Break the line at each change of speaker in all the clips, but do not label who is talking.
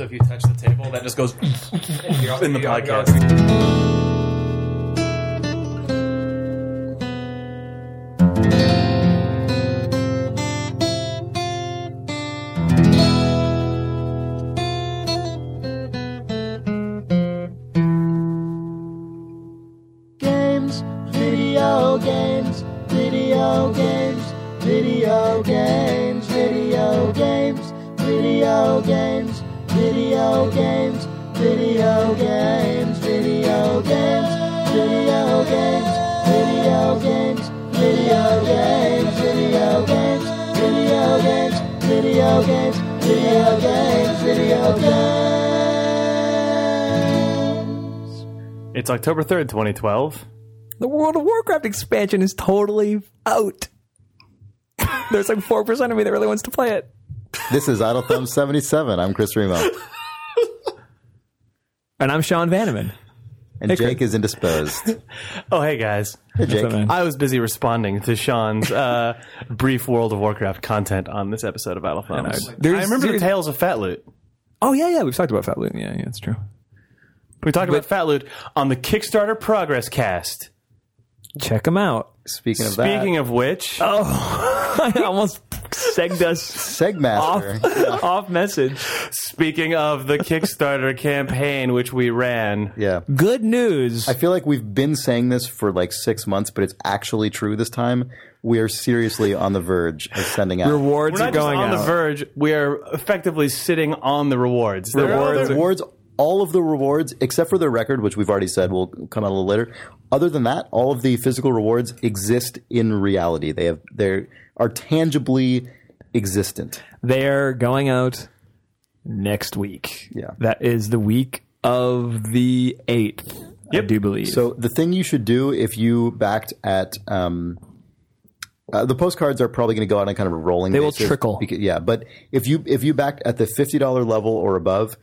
So if you touch the table, that just goes in the podcast.
games, video games, video games, video games, video games, video games, video games, video games, video games, video games, video games, video games, video games, video games, video games, video games, video games.
It's October 3rd, 2012.
The World of Warcraft expansion is totally out. There's like 4% of me that really wants to play it.
This is Idle Thumb 77. I'm Chris Remo.
And I'm Sean Vanneman.
And
Hey, Chris.
Jake is indisposed.
Oh, hey, guys.
Jake.
up, man?
I was busy responding to Sean's uh, brief World of Warcraft content on this episode of Battle Thumbs.
I know.
I
There's-
remember the
there's-
tales of Fat Loot.
Oh, yeah, yeah. We've talked about Fat Loot. Yeah, yeah, it's true.
We talked about Fat Loot on the Kickstarter Progress Cast.
Check them out.
Speaking of that, Oh.
Speaking of which,
I almost segged us
Segmaster.
off message.
speaking of the Kickstarter campaign which we ran,
Yeah.
Good news.
I feel like we've been saying this for like six months, but it's actually true this time. We are seriously on the verge of sending out
Rewards
we're
are
not
going
just on
out.
the verge. We are effectively sitting on the rewards. There are
rewards.
other-
rewards. All of the rewards, except for the record, which we've already said will come out a little later. Other than that, all of the physical rewards exist in reality. They have they are tangibly existent.
They're going out next week.
Yeah.
That is the week of the 8th, I do believe.
So the thing you should do if you backed at um, uh, the postcards are probably going to go out on kind of a rolling. They
will trickle.
yeah, but if you if you backed at the fifty dollar level or above,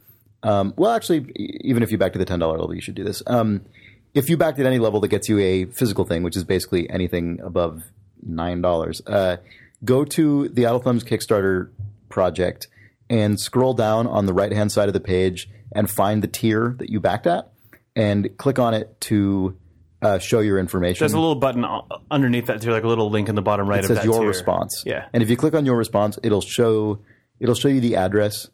um, well, actually, e- even if you backed at the ten dollar level, you should do this. Um, if you backed at any level that gets you a physical thing, which is basically anything above nine dollars, uh, go to the Idle Thumbs Kickstarter project and scroll down on the right hand side of the page and find the tier that you backed at and click on it to uh, show your information.
There's a little button o- underneath that too, like a little link in the bottom right
it
of
says
that
your
tier.
response.
Yeah.
And if you click on your response, it'll show it'll show you the address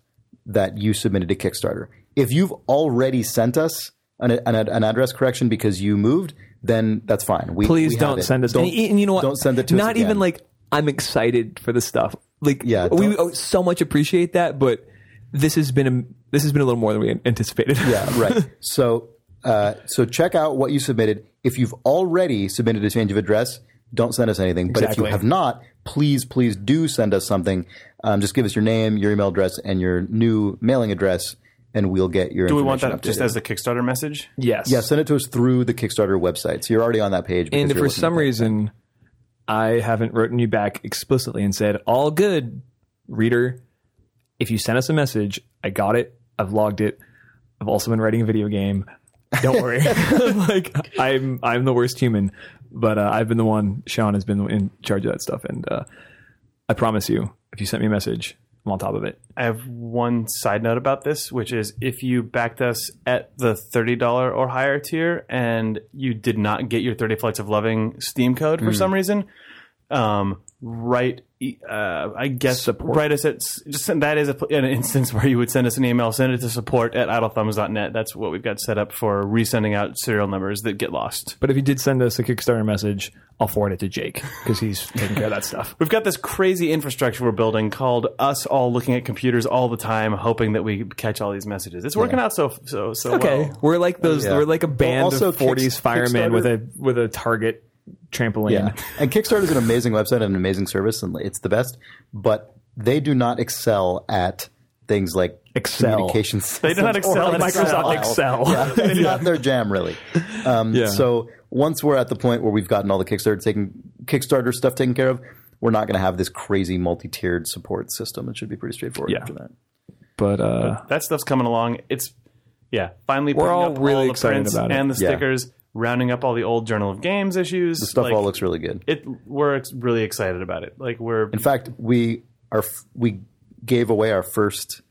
that you submitted to Kickstarter. If you've already sent us an, an, an address correction because you moved, then that's fine. We,
please
we have
don't
it.
send us.
Don't,
and, and you know what?
Don't send it to us
Not even
again.
like I'm excited for the stuff. Like
Yeah,
we
don't-
oh, so much appreciate that, but this has been a this has been a little more than we anticipated.
Yeah, right. so uh, so check out what you submitted. If you've already submitted a change of address, don't send us anything. But if
Exactly.
you have not, please, please do send us something. Um, just give us your name, your email address, and your new mailing address, and we'll get your.
Do we want that
updated.
just as a Kickstarter message?
yes.
Yeah, send it to us through the Kickstarter website. So you're already on that page. because
And if
you're
for
listening
some
to it.
reason I haven't written you back explicitly and said all good, reader, if you sent us a message, I got it. I've logged it. I've also been writing a video game. Don't worry. like I'm I'm the worst human, but uh, I've been the one. Sean has been in charge of that stuff, and uh, I promise you, if you sent me a message, I'm on top of it.
I have one side note about this, which is if you backed us at the thirty dollar or higher tier and you did not get your thirty flights of loving Steam code for some reason, um, write. Uh, I guess write us at s- just send, that is a, pl- an instance where you would send us an email. Send it to support at idlethumbs.net. That's what we've got set up for resending out serial numbers that get lost.
But if you did send us a Kickstarter message, I'll forward it to Jake because he's taking care of that stuff.
We've got this crazy infrastructure we're building called us all looking at computers all the time, hoping that we catch all these messages. It's working out so so so
Okay,
well.
we're like those.
Uh, Yeah.
We're like a
Well,
band
also
of forties
Kicks-
firemen
Kickstarter-
with a with a target trampoline.
Yeah. and Kickstarter is an amazing website and an amazing service, and it's the best. But they do not excel at things like
Excel.
communications.
They do not
systems
excel
or
at
Microsoft Excel.
Yeah. it's not their jam, really. Um,
Yeah.
So once we're at the point where we've gotten all the Kickstarter taken, Kickstarter stuff taken care of, we're not going to have this crazy multi-tiered support system. It should be pretty straightforward
Yeah.
after that.
But uh,
That stuff's coming along. It's yeah, finally
We're
putting
all
up
really
all the
excited
prints
about it.
and the
Yeah.
stickers, rounding up all the old Journal of Games issues.
The stuff
Like,
all looks really good.
It we're ex- really excited about it. Like we're
In fact, we are f- we gave away our first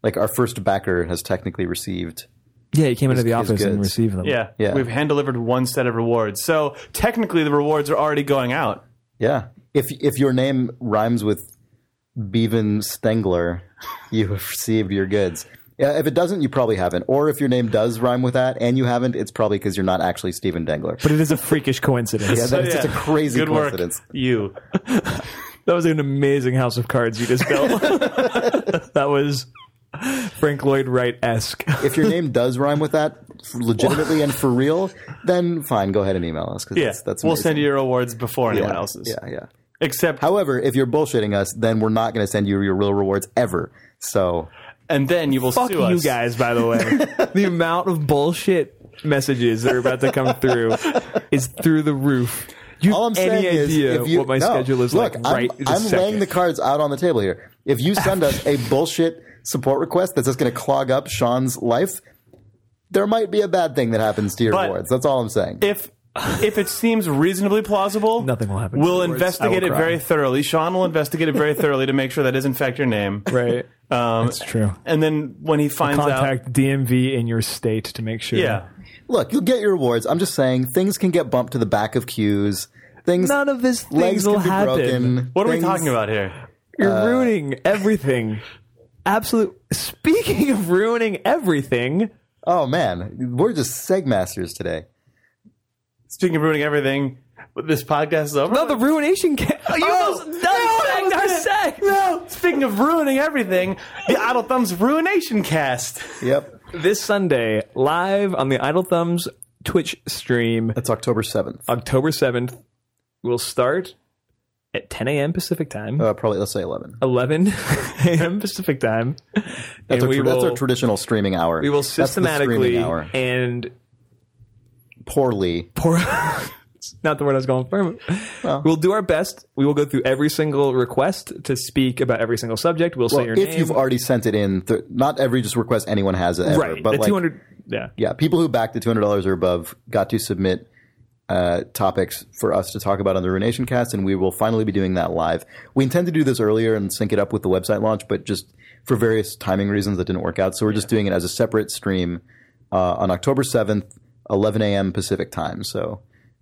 Like our first backer has technically received.
Yeah, he came into the
his
office and
goods.
received them.
Yeah.
Yeah.
We've hand delivered one set of rewards. So technically the rewards are already going out.
Yeah. If if your name rhymes with Bevan Stengler, you have received your goods. Yeah, if it doesn't, you probably haven't. Or if your name does rhyme with that and you haven't, it's probably because you're not actually Steven Dengler.
But it is a freakish coincidence.
Yeah, that is
Yeah.
just a crazy
Good work,
coincidence.
you.
That was an amazing house of cards you just built. that was Frank Lloyd Wright esque.
If your name does rhyme with that, f- legitimately and for real, then fine, go ahead and email us. 'cause
Yeah.
that's, that's
we'll
amazing.
send you your rewards before anyone
yeah,
else's.
Yeah, yeah.
Except
However, if you're bullshitting us, then we're not going to send you your real rewards ever. So
and then you will
Fuck
sue
you
us.
guys, by the way. the amount of bullshit messages that are about to come through is through the roof. You
all I'm
have any
saying is,
idea
if you
what my
no,
schedule is
look,
like
I'm,
right this
I'm
second.
laying the cards out on the table here. If you send us a bullshit support request that's just going to clog up Sean's life, there might be a bad thing that happens to your
But-
rewards. That's all I'm saying.
If if it seems reasonably plausible,
Nothing will happen.
We'll
Rewards,
investigate
I
it
will
very thoroughly. Sean will investigate it very thoroughly to make sure that is in fact your name.
Right.
Um,
That's true.
And then when he finds out,
Contact DMV in your state to make sure.
yeah,
Look, you'll get your rewards. I'm just saying things can get bumped to the back of queues. Things
None of this
legs
things will
can be
happen.
broken.
what are
Things-
we talking about here?
You're ruining everything. Absolute. Speaking of ruining everything,
Oh man, we're just seg masters today.
Speaking of ruining everything, this podcast is over.
no, oh, the ruination. Ca- Oh, you almost done
no,
our
I
seg.
was- no. Speaking of ruining everything, the Idle Thumbs Ruination Cast.
Yep,
This Sunday, live on the Idle Thumbs Twitch stream,
it's October seventh.
October seventh, will start at 10 a.m. Pacific time,
Uh, probably let's say eleven.
11 a.m. Pacific time, and
That's, our,
we
tr- that's our
will
traditional streaming hour.
we will
that's the
systematically
streaming hour.
and
poorly.
poor it's not the word I was going for. we'll do our best. We will go through every single request to speak about every single subject. We'll say
Well,
your
if
name.
you've already sent it in, th- not every just request anyone has it ever,
right,
but
the
like,
200 yeah.
yeah, people who backed the two hundred dollars or above got to submit uh, topics for us to talk about on the Ruination Cast, and we will finally be doing that live. We intend to do this earlier and sync it up with the website launch, but just for various timing reasons that didn't work out, so we're just doing it as a separate stream uh, on October seventh, eleven a.m. Pacific time. So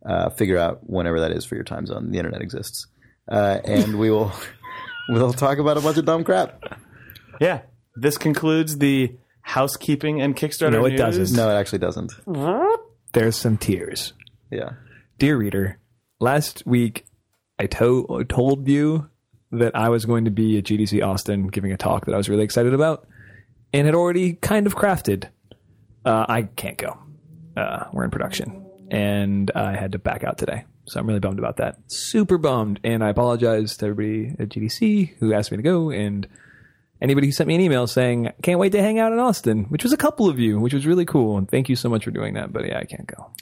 uh, figure out whenever that is for your time zone. The internet exists, uh, and we will we'll talk about a bunch of dumb crap.
Yeah, this concludes the housekeeping and Kickstarter.
No, it
news.
doesn't.
No, it actually doesn't.
There's some tears.
Yeah.
Dear reader, last week I to- told you that I was going to be at GDC Austin giving a talk that I was really excited about and had already kind of crafted. Uh, I can't go. Uh, we're in production. And I had to back out today. So I'm really bummed about that. Super bummed. And I apologize to everybody at GDC who asked me to go and anybody who sent me an email saying, can't wait to hang out in Austin, which was a couple of you, which was really cool. And thank you so much for doing that. But yeah, I can't go.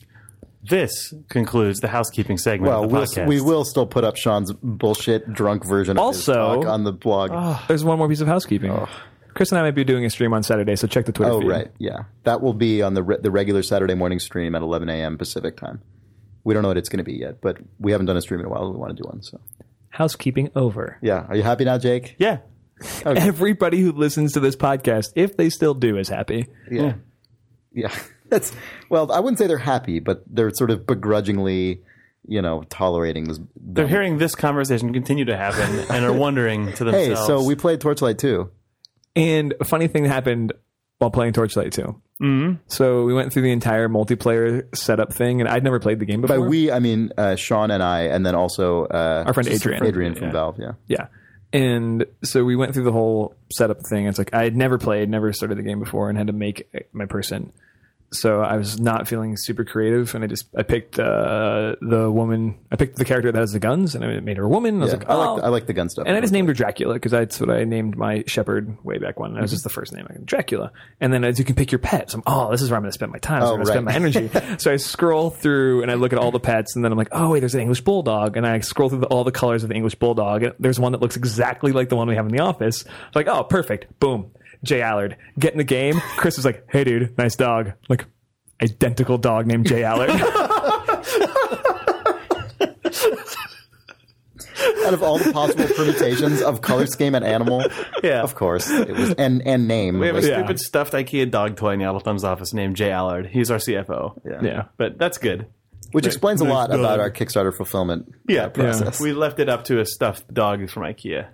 This concludes the housekeeping segment
Well,
of the
we'll,
podcast.
we will still put up Sean's bullshit drunk version of his
Also-
talk on the blog. Oh,
There's one more piece of housekeeping. Chris and I might be doing a stream on Saturday, so check the Twitter feed.
Oh, right, yeah, that will be on the re- the regular Saturday morning stream at 11 a.m. Pacific time. We don't know what it's going to be yet, but we haven't done a stream in a while. We want to do one. So
Housekeeping over.
yeah, are you happy now, Jake?
yeah.
Everybody who listens to this podcast, if they still do, is happy.
Yeah, yeah. That's well, I wouldn't say they're happy, but they're sort of begrudgingly, you know, tolerating this.
They're hearing this conversation continue to happen and are wondering to
Hey,
themselves.
so we played Torchlight too.
And a funny thing happened while playing Torchlight 2. Mm-hmm. So we went through the entire multiplayer setup thing, and I'd never played the game
By
before.
we, I mean uh, Sean and I, and then also uh,
Our friend Adrian.
Adrian from Valve. Yeah.
Yeah. And so we went through the whole setup thing. It's like I had never played, never started the game before, and had to make my person. So I was not feeling super creative, and I just I picked uh, the woman. I picked the character that has the guns, and I made her a woman. I was
Yeah,
like,
I
oh.
like the, I like the gun stuff.
and I just named her Dracula because that's what I named my shepherd way back when. That was just the first name, like, Dracula. And then as you can pick your pets, I'm oh, this is where I'm going to spend my time. This is where I'm going to spend my energy. so I scroll through and I look at all the pets, and then I'm like, oh wait, there's an English bulldog, and I scroll through the, all the colors of the English bulldog. And there's one that looks exactly like the one we have in the office. I'm like, oh, perfect. Boom. Jay Allard, get in the game. Chris was like, hey dude, nice dog. I'm like identical dog named Jay Allard.
out of all the possible permutations of color scheme and animal,
Yeah.
of course it was and and name.
We have a
like,
Yeah.
stupid stuffed IKEA dog toy in the Thumb's office named Jay Allard. He's our CFO.
Yeah.
But that's good.
which explains a lot
dog.
about our Kickstarter fulfillment.
Yeah,
process.
We left it up to a stuffed dog from IKEA.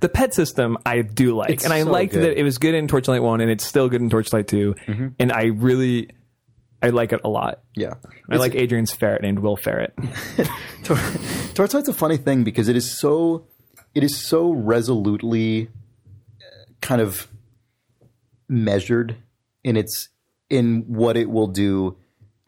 the pet system I do like,
It's
and I
so
liked
good. Mm-hmm.
that it was good in Torchlight One, and it's still good in Torchlight 2 and I really, I like it a lot.
Yeah,
I like Adrian's ferret named Will Ferret.
Tor- Torchlight's a funny thing because it is so it is so resolutely uh, kind of measured in its in what it will do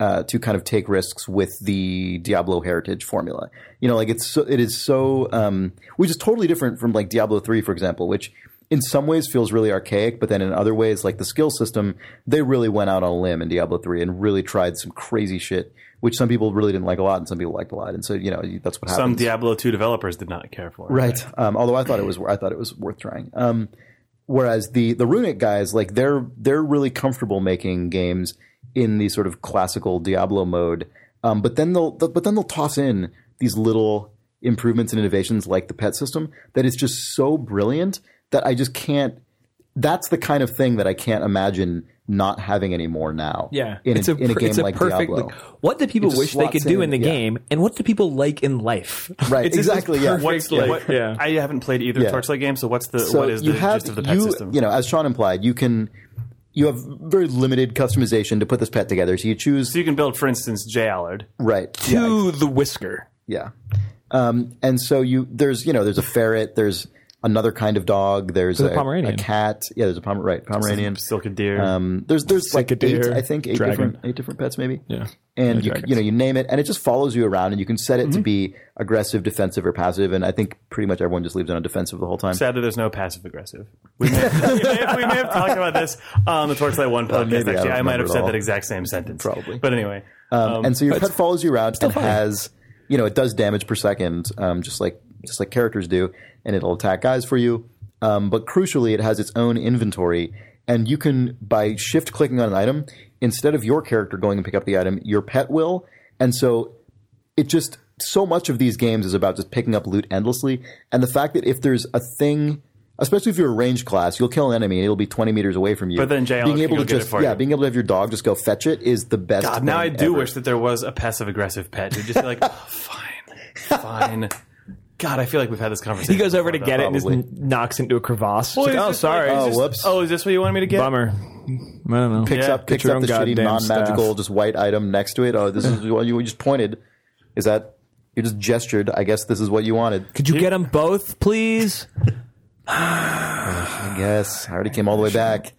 uh, to kind of take risks with the Diablo heritage formula. You know, like it's so, it is so um, which is totally different from like Diablo three, for example, which in some ways feels really archaic, but then in other ways, like the skill system, they really went out on a limb in Diablo three and really tried some crazy shit, which some people really didn't like a lot and some people liked a lot, and so you know you- that's what
Some
happens.
Diablo 2 developers did not care for it.
Right. Um, although I thought it was I thought it was worth trying. Um, whereas the the runic guys, like they're they're really comfortable making games in the sort of classical Diablo mode. Um, but then they'll but then they'll toss in these little improvements and innovations like the pet system that is just so brilliant that I just can't. That's the kind of thing that I can't imagine not having anymore now. in
it's
a,
a,
in a
pr-
game
it's a
like
perfect.
Diablo.
Like, what do people
just
wish they could
slots
do
in,
in the
yeah.
game, and what do people like in life?
Right,
It's just this
exactly, yeah.
perfect,
What's
like,
like, what,
yeah.
I haven't played either
Yeah.
Torchlight game, so what's the
So
what is
you
the
have
gist of the pet
you,
system?
you know, as Sean implied, you can you have very limited customization to put this pet together. So you choose
so you can build, for instance, Jay Allard.
right yeah,
to the whisker.
yeah. Um, and so you there's you know there's a ferret, there's another kind of dog, there's,
There's a
a,
Pomeranian.
a cat, yeah, there's a Pomer- right Pomeranian.
Silk a deer.
Um, there's there's like
Sick a
eight,
deer,
I think eight
dragon.
different eight different pets maybe.
Yeah.
And you,
dragons.
you know you name it, and it just follows you around, and you can set it
Mm-hmm.
to be aggressive, defensive, or passive. And I think pretty much everyone just leaves it on defensive the whole time.
Sadly, there's no passive aggressive. We may, have, we, may have, we may have talked about this on the Torchlight One podcast.
Uh, maybe
actually,
I don't
I, might
remember
have
at
said
all.
that exact same sentence.
Probably.
But anyway,
Um, and so your pet follows you around and
fine.
has, you know, it does damage per second, um, just like just like characters do, and it'll attack guys for you. Um, but crucially, it has its own inventory, and you can by shift clicking on an item instead of your character going and pick up the item, your pet will. And so it just so much of these games is about just picking up loot endlessly, and the fact that if there's a thing. Especially if you're a range class, you'll kill an enemy and it'll be 20 meters away from you.
But then JL
being
can
able
go
to
get it
just
for
yeah,
you.
being able to have your dog just go fetch it is the best.
God, now
thing
I do
ever.
wish that there was a passive aggressive pet to just be like, "Oh, fine, fine. God, I feel like we've had this conversation.
He goes over to
before,
get
though.
it and just
probably.
knocks into a crevasse. It's like,
is
oh,
this
sorry,
like-
Oh,
is this-
whoops.
Oh, is this what you wanted me to get?
bummer. I don't know.
picks
Yeah.
up picks
Get your
up
own
the shitty
goddamn
non-magical
staff.
just white item next to it. Oh, this is what you you just pointed. Is that you just gestured? I guess this is what you wanted.
Could you get them both, please?
I guess I already came all the way back.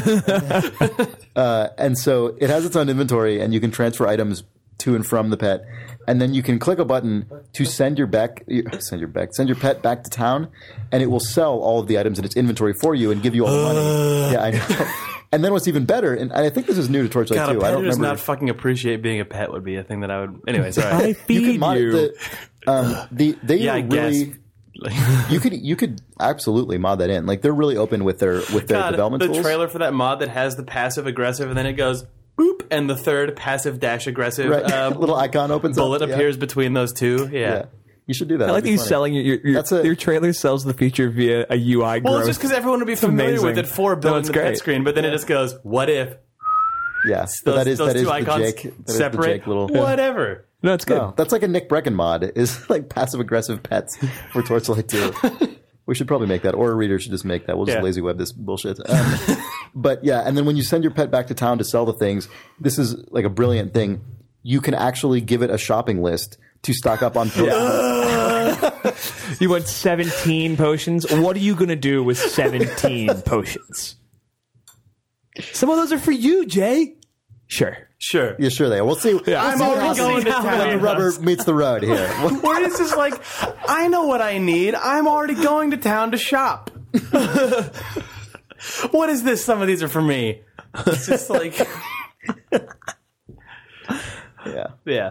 uh, and so it has its own inventory, and you can transfer items to and from the pet, and then you can click a button to send your back, send your back, send your pet back to town, and it will sell all of the items in its inventory for you and give you all the money. Yeah, I know. And then what's even better, and I think this is new to Torchlight
God, a
too.
pet
I
who
don't
does
remember.
not fucking appreciate being a pet would be a thing that I would. Anyway,
I
sorry.
feed you.
could moni- The, um, the, they
yeah,
are
I
really.
guess. Like-
You could you could absolutely mod that in. Like they're really open with their with their
God,
development
the
tools.
trailer for that mod that has the passive aggressive and then it goes boop and the third passive dash aggressive
right?
uh,
Little icon opens.
bullet
up, yeah.
appears between those two. Yeah.
Yeah. You should do that.
I like that you selling your your, your,
That's a-
your trailer sells the feature via a UI growth.
Well, it's just because everyone would be familiar
amazing.
with it for
No,
building
it's
the pet
great.
screen, but then it just goes, "What if
Yeah, but
those,
that is
those
that is
two
the
icons
Jake, that is the
separate?
Jake little.
Whatever."
no, it's good.
Oh, that's like a Nick Brecken mod. Is like passive aggressive pets for Torchlight Two. we should probably make that, or a reader should just make that. We'll just
Yeah.
lazy web this bullshit. Um, but yeah, and then when you send your pet back to town to sell the things, this is like a brilliant thing. You can actually give it a shopping list to stock up on.
You want 17 potions? What are you going to do with 17 potions? Some of those are for you, Jay. Sure.
Sure.
Yeah, sure they. Are. We'll see.
I'm already going to
when the
town.
rubber meets the road here.
Where it's just like, I know what I need. I'm already going to town to shop. what is this? Some of these are for me. It's just like,
yeah,
yeah.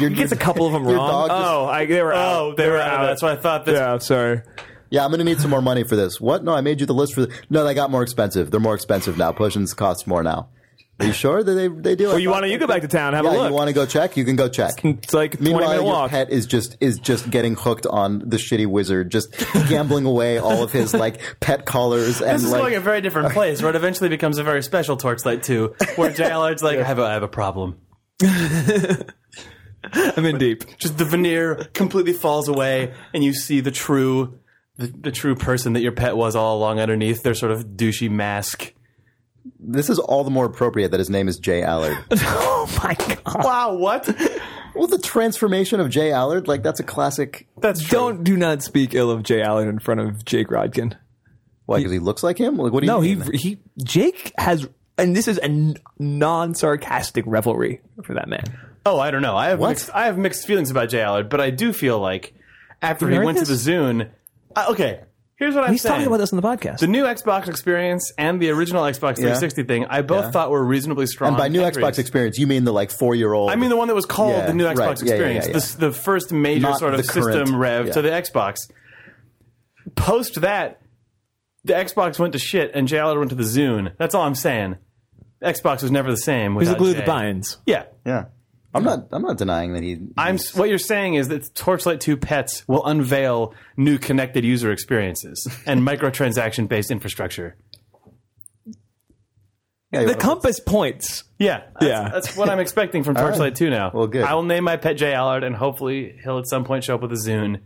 Your-
Gets a couple of them
Your
wrong.
dog just-
oh, I, they were out.
Oh, they, were out. That's why I thought this.
Yeah, sorry.
Yeah, I'm going to need some more money for this. What? No, I made you the list for. The- no, they got more expensive. They're more expensive now. Potions cost more now. Are you sure that they they do?
Well, you want to you go back to town, have a
Yeah,
look.
you want to go check? You can go check.
it's like a twenty
Meanwhile,
minute
your
walk.
pet is just is just getting hooked on the shitty wizard, just gambling away all of his like pet collars and
This is
like,
going a very different place where it eventually becomes a very special Torchlight 2, where JLR's like, I, have a, I have a problem.
I'm in deep.
Just the veneer completely falls away, and you see the true, the, the true person that your pet was all along underneath their sort of douchey mask.
this is all the more appropriate that his name is Jay Allard.
oh my god!
Wow, what?
well, the transformation of Jay Allard, like that's a classic.
That's true.
Don't do not speak ill of Jay Allen in front of Jake Rodkin.
Why? Because he looks like him. Like what do you?
No, he
mean?
he Jake has, and this is a non sarcastic revelry for that man.
Oh, I don't know. I have
What?
mixed, I have mixed feelings about Jay Allard, but I do feel like after he
heard
went to
this?
the Zune, I, okay, here's what I'm
He's
saying.
talking about this on the podcast.
the new Xbox experience and the original Xbox 360 thing. I both thought were reasonably strong.
And by new
entries.
Xbox experience, you mean the like four year old?
I mean the one that was called
Yeah,
the new
right.
Xbox
Yeah, yeah,
experience,
yeah,
The, the first major
Not
sort of
the current-
system rev
yeah.
to the Xbox. Post that, the Xbox went to shit and Jay Allard went to the Zune. That's all I'm saying. Xbox was never the same.
He's
Without
the glue
Jay.
that binds.
Yeah,
yeah. I'm not. I'm not denying that he.
I'm. s- What you're saying is that Torchlight 2 Pets will unveil new connected user experiences and microtransaction based infrastructure.
Yeah, you
The
wanna-
compass points.
Yeah, that's,
Yeah.
that's what I'm expecting from Torchlight 2 now.
Well, good.
I will name my pet Jay Allard, and hopefully he'll at some point show up with a Zune.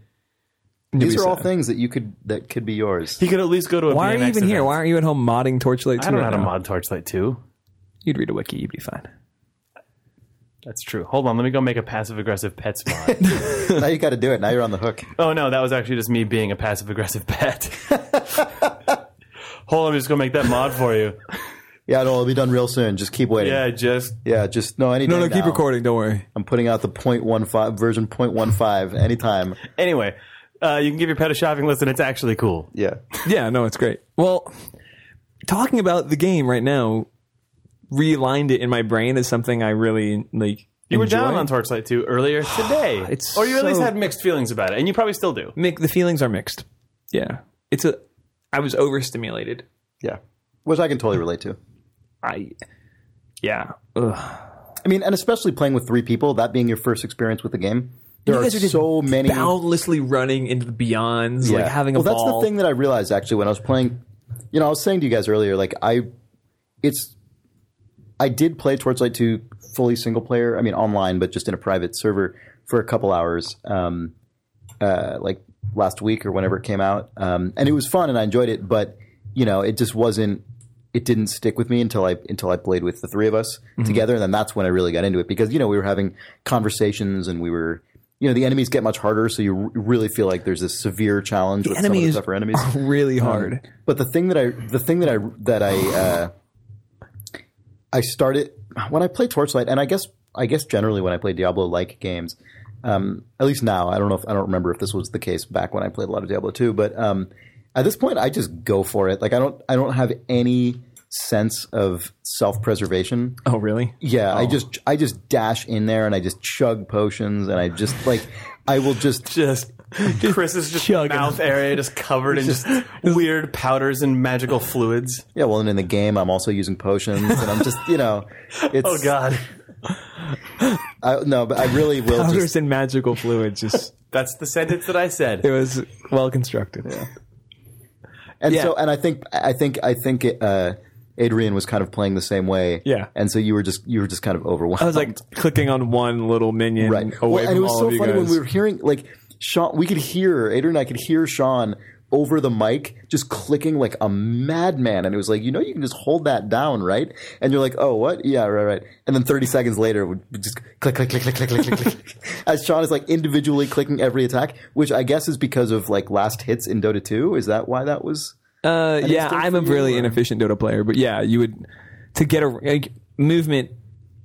these
Nubisa.
are all things that you could that could be yours.
He could at least go to a.
Why are you
BMX
even here?
event.
Why aren't you at home modding Torchlight 2?
I don't know
right
how to
now?
mod Torchlight 2.
You'd read a wiki, you'd be fine.
That's true. Hold on, let me go make a passive aggressive pets mod.
now you got to do it. Now you're on the hook.
oh no, that was actually just me being a passive aggressive pet. Hold on, I'm just gonna make that mod for you.
Yeah, no, it'll be done real soon. Just keep waiting.
Yeah, just
Yeah, just no. Any
No,
day
no, keep
now.
recording. Don't worry.
I'm putting out the 0.15 version 0.15 anytime.
anyway. Uh, you can give your pet a shopping list, and it's actually cool.
Yeah.
Yeah, no, it's great. Well, talking about the game right now realigned it in my brain as something I really like.
You were
enjoy.
down on Torchlight 2 earlier today.
It's
or you at least
so-
had mixed feelings about it, and you probably still do.
Mick, the feelings are mixed. Yeah, it's a. I was overstimulated.
Yeah. Which I can totally relate to.
I. Yeah. Ugh.
I mean, and especially playing with three people, that being your first experience with the game. There
You
are,
guys just
so many.
boundlessly running into the beyonds, like
Yeah.
having a
well,
ball.
that's the thing that I realized actually when I was playing. You know, I was saying to you guys earlier, like I, it's, I did play Torchlight two fully single player. I mean, online, but just in a private server for a couple hours, um, uh, like last week or whenever it came out, um, and it was fun and I enjoyed it. But you know, it just wasn't. It didn't stick with me until I until I played with the three of us together, and then that's when I really got into it because you know we were having conversations and we were. You know the enemies get much harder, so you r- really feel like there's this severe challenge with some of the
enemies
tougher enemies. Um,
Really hard.
But the thing that I, the thing that I, that I, uh, I started when I play Torchlight, and I guess, I guess generally when I play Diablo-like games, um, at least now, I don't know if I don't remember if this was the case back when I played a lot of Diablo 2, but um, at this point, I just go for it. Like I don't, I don't have any sense of self-preservation.
oh, really?
Yeah, I just, I just dash in there and I just chug potions and I just like, I will just
Just Chris's just
chugging.
mouth area just covered in just weird powders and magical fluids.
Yeah, well, and in the game, I'm also using potions, and I'm just, you know, it's
Oh God,
I, no, but I really will
Powders
just.
and magical fluids. Just
that's the sentence that I said.
it was well constructed. Yeah.
And
yeah.
so, and I think, I think, I think it, uh, Adrian was kind of playing the same way.
Yeah.
and so you were just, you were just kind of overwhelmed.
I was like clicking on one little minion
right
away
well,
from
and it was
all
so
of you
funny
guys.
when we were hearing like sean we could hear adrian and i could hear sean over the mic just clicking like a madman and it was like you know you can just hold that down right and you're like oh what yeah right right and then 30 seconds later it would just click click click click click click click click as sean is like individually clicking every attack which i guess is because of like last hits in dota 2 is that why that was
uh, yeah,
good
I'm a
for you,
really
or-
inefficient Dota player, but yeah, you would to get a like, movement.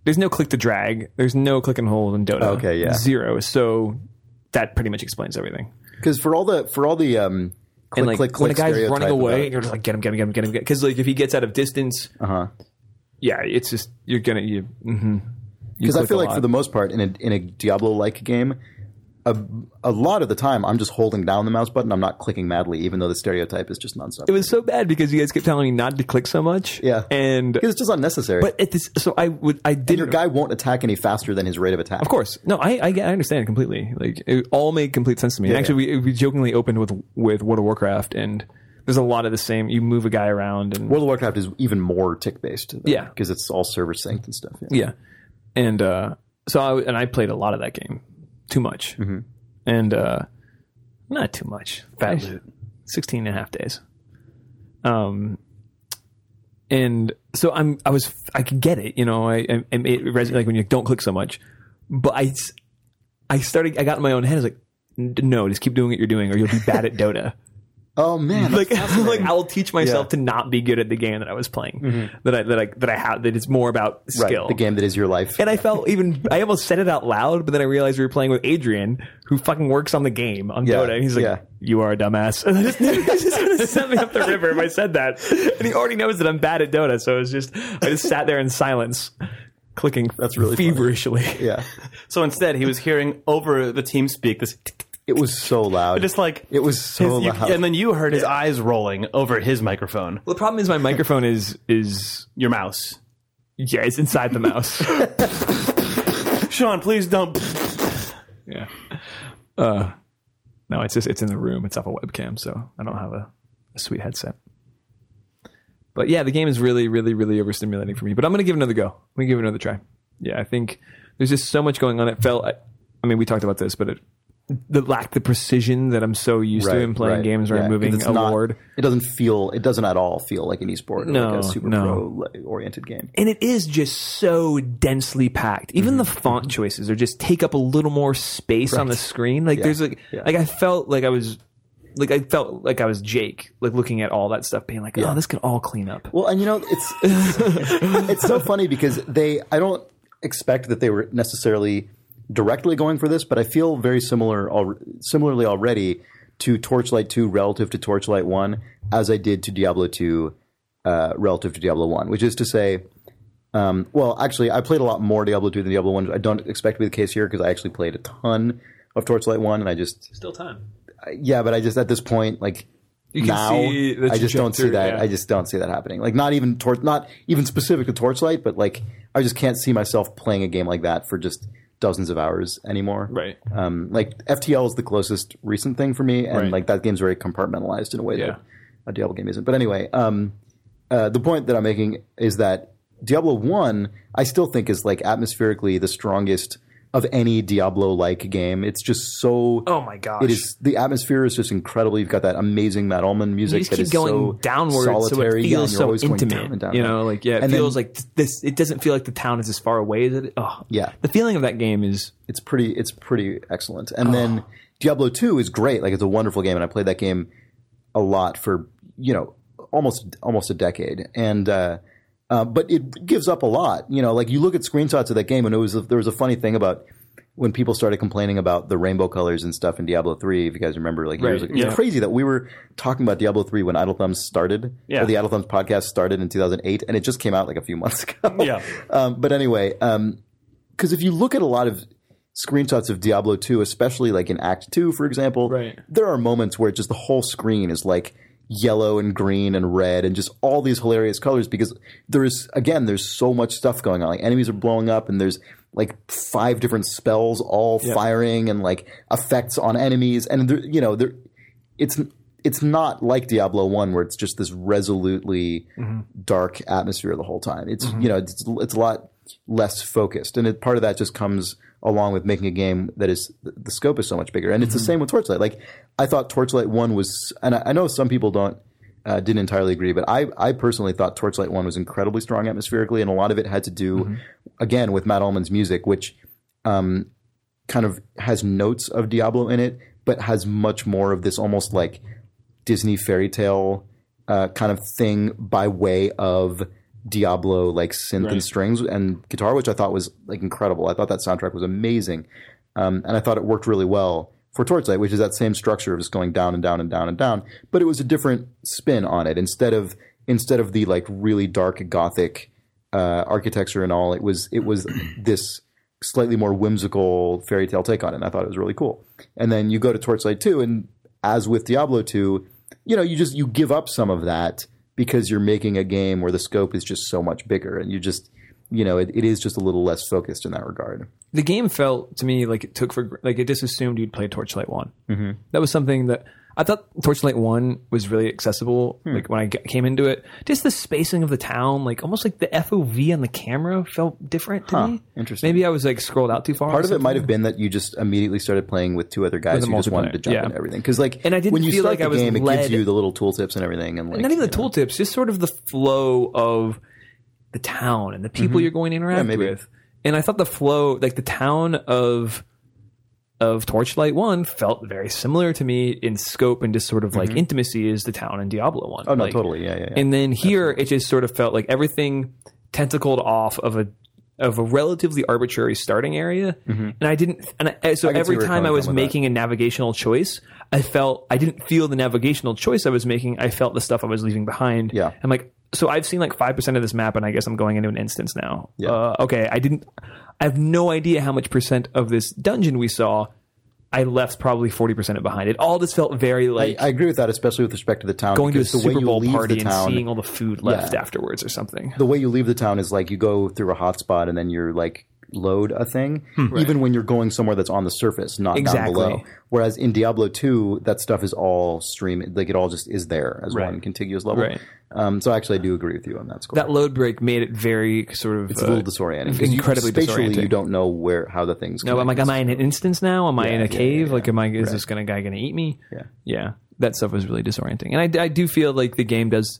There's no click to drag. There's no click and hold in Dota.
Okay, yeah.
zero. So that pretty much explains everything.
because for all the for all the um click
and like
click click
when a guy's
stereotype
running
about
away,
it.
and you're just like, get him, get him, get him, get him, because like if he gets out of distance, uh-huh. yeah, it's just you're gonna you. Because mm-hmm.
because I feel like for the most part in a in a Diablo like game, a, a lot of the time, I'm just holding down the mouse button. I'm not clicking madly, even though the stereotype is just nonstop.
It was so bad because you guys kept telling me not to click so much.
yeah,
and
because it's just unnecessary.
but at this, so I would I
and your
didn't.
guy won't attack any faster than his rate of attack.
Of course, no, I, I get- I understand completely. Like it all made complete sense to me. And actually, we, we jokingly opened with with World of Warcraft, and there's a lot of the same. You move a guy around, and
World of Warcraft is even more tick based.
Yeah.
because it's all server synced and stuff. Yeah.
Yeah, and uh, so I and I played a lot of that game, too much, mm-hmm. and uh, not too much. Fat loot, 16 and a half days. Um, and so I'm I was I could get it, you know. I, I and it res- like when you don't click so much, but I s- I started I got in my own head. I was like, "N- no, just keep doing what you're doing, or you'll be bad at Dota.
Oh man,
like, like I will teach myself to not be good at the game that I was playing. That I that I that I have that it's more about
Mm-hmm. right,
skill.
the game that is your life.
And I felt even I almost said it out loud, but then I realized we were playing with Adrian, who fucking works on the game on
Yeah,
Dota. And he's like,
yeah.
"You are a dumbass." And I just, he just gonna sent me up the river if I said that. And he already knows that I'm bad at Dota, so it was just I just sat there in silence, clicking That's
really funny.
feverishly.
yeah,
So instead, he was hearing over the team speak this, tick, tick,
it was so loud.
just like
it was so
his- you-
loud.
and then you heard his eyes rolling over his microphone,
Well, the problem is my microphone is is
your mouse.
yeah, it's inside the mouse.
Sean, please don't.
yeah. Uh, no, it's just it's in the room. It's off a webcam, so I don't have a, a sweet headset. But yeah, the game is really, really, really overstimulating for me. But I'm gonna give it another go. I'm gonna give it another try. Yeah, I think there's just so much going on. It felt. I, I mean, we talked about this, but it the lack the precision that I'm so used to in playing games where
yeah,
I'm
'cause
moving
it's
a
not-
ward.
It doesn't feel. It doesn't at all feel like an esport. Or
No,
like a super
no.
pro oriented game.
and it is just so densely packed. Even
Mm-hmm.
the font choices are just take up a little more space on the screen. Like there's like
Yeah.
like I felt like I was like I felt like I was Jake, like looking at all that stuff, being like, oh, this could all clean up.
Well, and you know, it's it's, it's so funny because they I don't expect that they were necessarily directly going for this, but I feel very similar al- similarly already to Torchlight 2 relative to Torchlight 1 as I did to Diablo 2 uh, relative to Diablo 1, which is to say um, well, actually, I played a lot more Diablo 2 than Diablo 1. I don't expect to be the case here because I actually played a ton of Torchlight 1 and I just
Still time.
yeah, but I just at this point, like
can
now,
see the
I just don't see
trajectory,
that.
yeah.
I just don't see that happening. Like not even tor- not even specific to Torchlight, but like I just can't see myself playing a game like that for just dozens of hours anymore.
Right.
Um, like FTL is the closest recent thing for me, and
Right.
like that game's very compartmentalized in a way
Yeah.
that a Diablo game isn't. But anyway, um, uh, the point that I'm making is that Diablo One, I still think is like atmospherically the strongest of any Diablo-like game. It's just so
Oh my gosh.
it is the atmosphere is just incredible. You've got that amazing Matt Ullman
You
music
just
that
keep
is
going
so
downwards,
solitary.
so it
Yeah, and
feels
you're
so
always going
intimate.
down and down.
You know, like yeah, it
And then-
feels like this. It doesn't feel like the town is as far away as it. Oh,
Yeah.
the feeling of that game is
it's pretty it's pretty excellent. And then
Ah.
Diablo 2 is great. Like it's a wonderful game and I played that game a lot for, you know, almost almost a decade. And uh uh, but it gives up a lot, you know. Like you look at screenshots of that game, and it was there was a funny thing about when people started complaining about the rainbow colors and stuff in Diablo three. If you guys remember, like years
Right,
ago. it's
yeah.
crazy that we were talking about Diablo three when Idle Thumbs started,
Yeah.
or the Idle Thumbs podcast started in two thousand eight, and it just came out like a few months ago.
Yeah.
Um, but anyway, um, because if you look at a lot of screenshots of Diablo 2, especially like in Act 2, for example,
Right.
there are moments where just the whole screen is like yellow and green and red and just all these hilarious colors because there is, again, there's so much stuff going on. Like enemies are blowing up and there's like five different spells all firing and like effects on enemies. And, there, you know, there, it's. It's not like Diablo One, where it's just this resolutely dark atmosphere the whole time. It's you know, it's, it's a lot less focused. And it, part of that just comes along with making a game that is the scope is so much bigger. And it's the same with Torchlight. Like I thought Torchlight One was, and I, I know some people don't uh, didn't entirely agree, but I I personally thought Torchlight One was incredibly strong atmospherically, and a lot of it had to do again with Matt Ullman's music, which um, kind of has notes of Diablo in it, but has much more of this almost like Disney fairy tale uh, kind of thing by way of Diablo like synth and strings and guitar, which I thought was like incredible. I thought that soundtrack was amazing, um, and I thought it worked really well for Torchlight, which is that same structure of just going down and down and down and down, but it was a different spin on it. Instead of instead of the like really dark gothic uh, architecture and all, it was it was this slightly more whimsical fairy tale take on it. And I thought it was really cool. And then you go to Torchlight 2, and as with Diablo 2, you know, you just you give up some of that because you're making a game where the scope is just so much bigger, and you just you know it, it is just a little less focused in that regard.
the game felt to me like it took for like it just assumed you'd play Torchlight One. Mm-hmm. That was something that I thought Torchlight One was really accessible. Like when I g- came into it, just the spacing of the town, like almost like the FOV on the camera felt different to me.
interesting.
Maybe I was like scrolled out too far.
Part of it might have been that you just immediately started playing with two other guys
With a
who just wanted
multiplayer,
to jump
yeah.
into everything. Because like,
And I didn't
when you
feel
start
like
the
I was
game, it gives
led-
you the little tooltips and everything, and like
not even the
you know.
tooltips, just sort of the flow of the town and the people you're going to interact
Mm-hmm. maybe.
with. And I thought the flow, like the town of of Torchlight One, felt very similar to me in scope and just sort of like intimacy is the town in Diablo One.
Mm-hmm. Oh no,
Like,
totally, yeah, yeah. yeah.
And then here, it just sort of felt like everything tentacled off of a of a relatively arbitrary starting area, and I didn't. And I, so
Mm-hmm. can see
every
where you're
time I
coming
was
from with that.
making a navigational choice, I felt I didn't feel the navigational choice I was making. I felt the stuff I was leaving behind.
Yeah.
I'm like, so I've seen like five percent of this map, and I guess I'm going into an instance now.
Yeah.
Uh, okay, I didn't. I have no idea how much percent of this dungeon we saw. I left probably forty percent behind. It all just felt very like
I, I agree with that, especially with respect to the town.
going to a
because the way
Super
you
Bowl
leave
party
the
and
town,
seeing all the food left
Yeah.
afterwards or something.
the way you leave the town is like you go through a hotspot and then you're like load a thing, even when you're going somewhere that's on the surface, not
Hmm. Exactly.
down below. Whereas in Diablo 2, that stuff is all streamed, like it all just is there as one contiguous level.
Right.
Um, so actually, I do agree with you on that score.
That load break made it very sort of uh,
it's a little disorienting. 'cause you-
incredibly
spatially,
disorienting.
you don't know where how the things.
No, I'm like,
connect.
am I in an instance now? Am I in a
yeah,
cave? Like, am I? Is this gonna guy gonna eat me?
Yeah.
yeah. That stuff was really disorienting, and I, I do feel like the game does.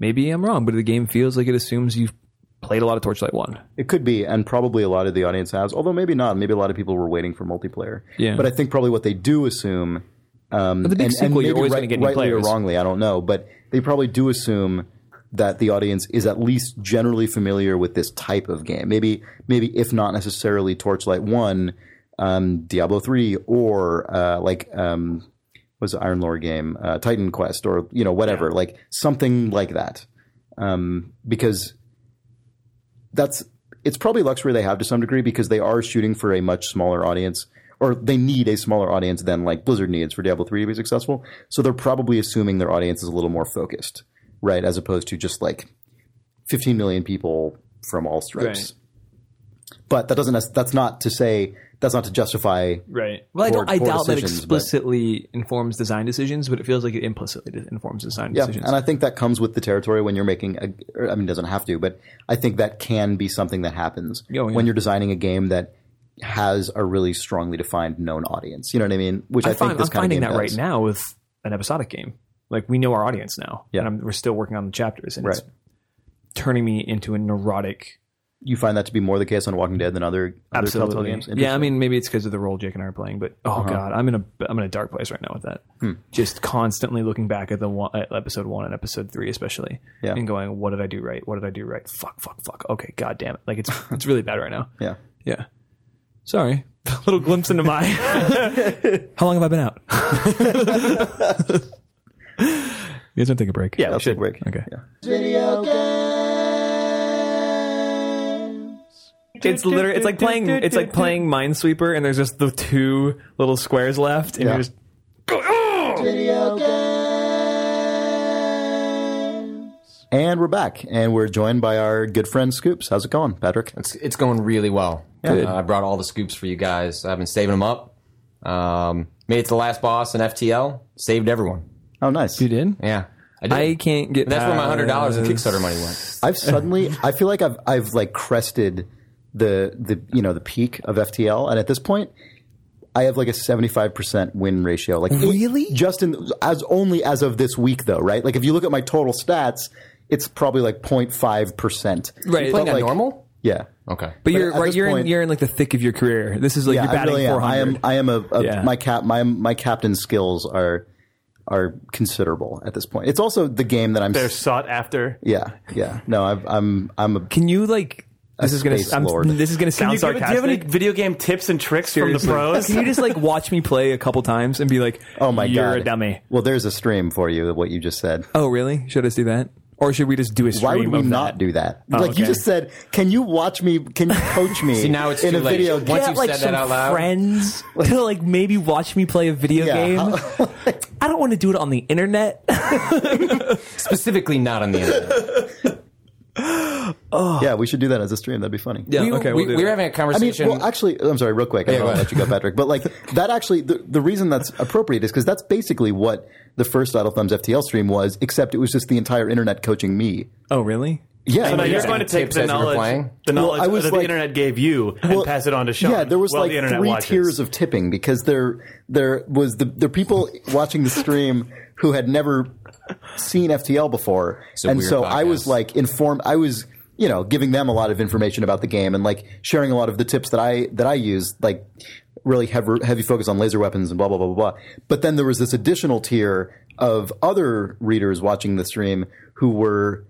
Maybe I'm wrong, but the game feels like it assumes you've played a lot of Torchlight One.
It could be, and probably a lot of the audience has, although maybe not. Maybe a lot of people were waiting for multiplayer.
Yeah.
But I think probably what they do assume. Um,
the big
and,
sequel,
and
you're
maybe
always
right-
gonna get new
rightly or
players.
wrongly, I don't know, but they probably do assume that the audience is at least generally familiar with this type of game. Maybe, maybe if not necessarily Torchlight One, um, Diablo Three, or uh, like um, what was the Iron Lore game, uh, Titan Quest, or you know whatever, like something like that, um, because that's it's probably luxury they have to some degree because they are shooting for a much smaller audience or they need a smaller audience than like Blizzard needs for Diablo 3 to be successful. So they're probably assuming their audience is a little more focused, right? As opposed to just like 15 million people from all stripes. But that doesn't nec- that's not to say that's not to justify
Right. Well, I,
Poor-
don't, I
poor
doubt that
decisions, but-
explicitly informs design decisions, but it feels like it implicitly informs design
Yeah,
decisions.
and I think that comes with the territory when you're making a. Or, I mean, it doesn't have to, but I think that can be something that happens
Oh, yeah.
when you're designing a game that has a really strongly defined known audience. You know what I mean? Which I,
I
think
find,
this
I'm
kind
finding
of game
that right
does.
now with an episodic game. Like we know our audience now,
Yeah.
and I'm, we're still working on the chapters, and it's
Right.
turning me into a neurotic.
You find that to be more the case on Walking Dead than other other Telltale
Absolutely.
games. Uh-huh.
Yeah, I mean, maybe it's because of the role Jake and I are playing, but oh god, I'm in a I'm in a dark place right now with that.
Hmm.
Just constantly looking back at the one, at episode one and episode three, especially,
Yeah.
and going, "What did I do right? What did I do right? Fuck, fuck, fuck. Okay, god damn it! Like it's it's really bad right now.
yeah.
Yeah. Sorry. A little glimpse into my. How long have I been out? you guys want to take a break?
Yeah, I'll take a break.
Okay.
Yeah.
Video games.
It's literally it's like playing it's like playing Minesweeper and there's just the two little squares left and
Yeah.
you're just
Video games.
And we're back, and we're joined by our good friend Scoops. How's it going, Patrick?
It's, it's going really well. Uh, I brought all the scoops for you guys. I've been saving them up. Um, made it to the last boss in FTL. Saved everyone.
Oh, nice.
you did.
Yeah, I did.
I can't get.
And that's where my hundred dollars in
past-
Kickstarter money went.
I've suddenly I feel like I've I've like crested the the you know the peak of FTL, and at this point, I have like a seventy five percent win ratio. Like really, just in as only as of this week though, right? Like if you look at my total stats, it's probably like 05 percent.
Right.
Playing
But,
on
like-
normal.
Yeah.
Okay.
But you're
at
right.
this
You're in,
point-
you're in like the thick of your career. This is like
Yeah,
you're batting
I really am.
400.
I am. I am a, a
Yeah.
my cap. My my captain skills are are considerable at this point. It's also the game that I'm.
They're sought after.
yeah, yeah. No, I've, I'm I'm a
Can you like? This is gonna.
space
I'm,
lord.
This is gonna
Can
sound
you give- do you
sarcastic.
have any video game tips and tricks
Seriously.
from the pros?
Can you just like watch me play a couple times and be like,
Oh my
you're
god,
a dummy."
Well, there's a stream for you. What you just said.
Oh really? Should I do that? Or should we just do a stream?
Why would we
of that?
not
Oh,
do that? like
okay.
you just said, can you watch me? Can you coach me?
See, now it's
in
too
a
late.
video.
Once
game?
you've said that out loud.
friends to like maybe watch me play a video
Yeah.
game. I don't want to do it on the internet.
Specifically, not on the internet.
yeah, we should do that as a stream. That'd be funny.
Yeah,
we,
okay,
we,
we'll do
we
that.
were having a
I mean,
conversation.
well, actually, I'm sorry, real quick. I don't
go
want to
ahead.
let you go, Patrick. But like that, actually, the, the reason that's appropriate is because that's basically what the first Idle Thumbs FTL stream was, except it was just the entire internet coaching me.
oh, really?
Yeah,
So now
yeah.
you're going to take
Tips
the
as we were
knowledge,
playing?
the
Well,
knowledge
I was
that the
like-
internet gave you and pass it on to Sean.
Yeah, there was
while
like
the internet
three
watches.
tiers of tipping because there there was the the people watching the stream who had never seen FTL before,
a
and
weird
so I was
podcast.
like informed. I was you know giving them a lot of information about the game and like sharing a lot of the tips that I that I used, like really heavy heavy focus on laser weapons and blah blah blah blah blah. But then there was this additional tier of other readers watching the stream who were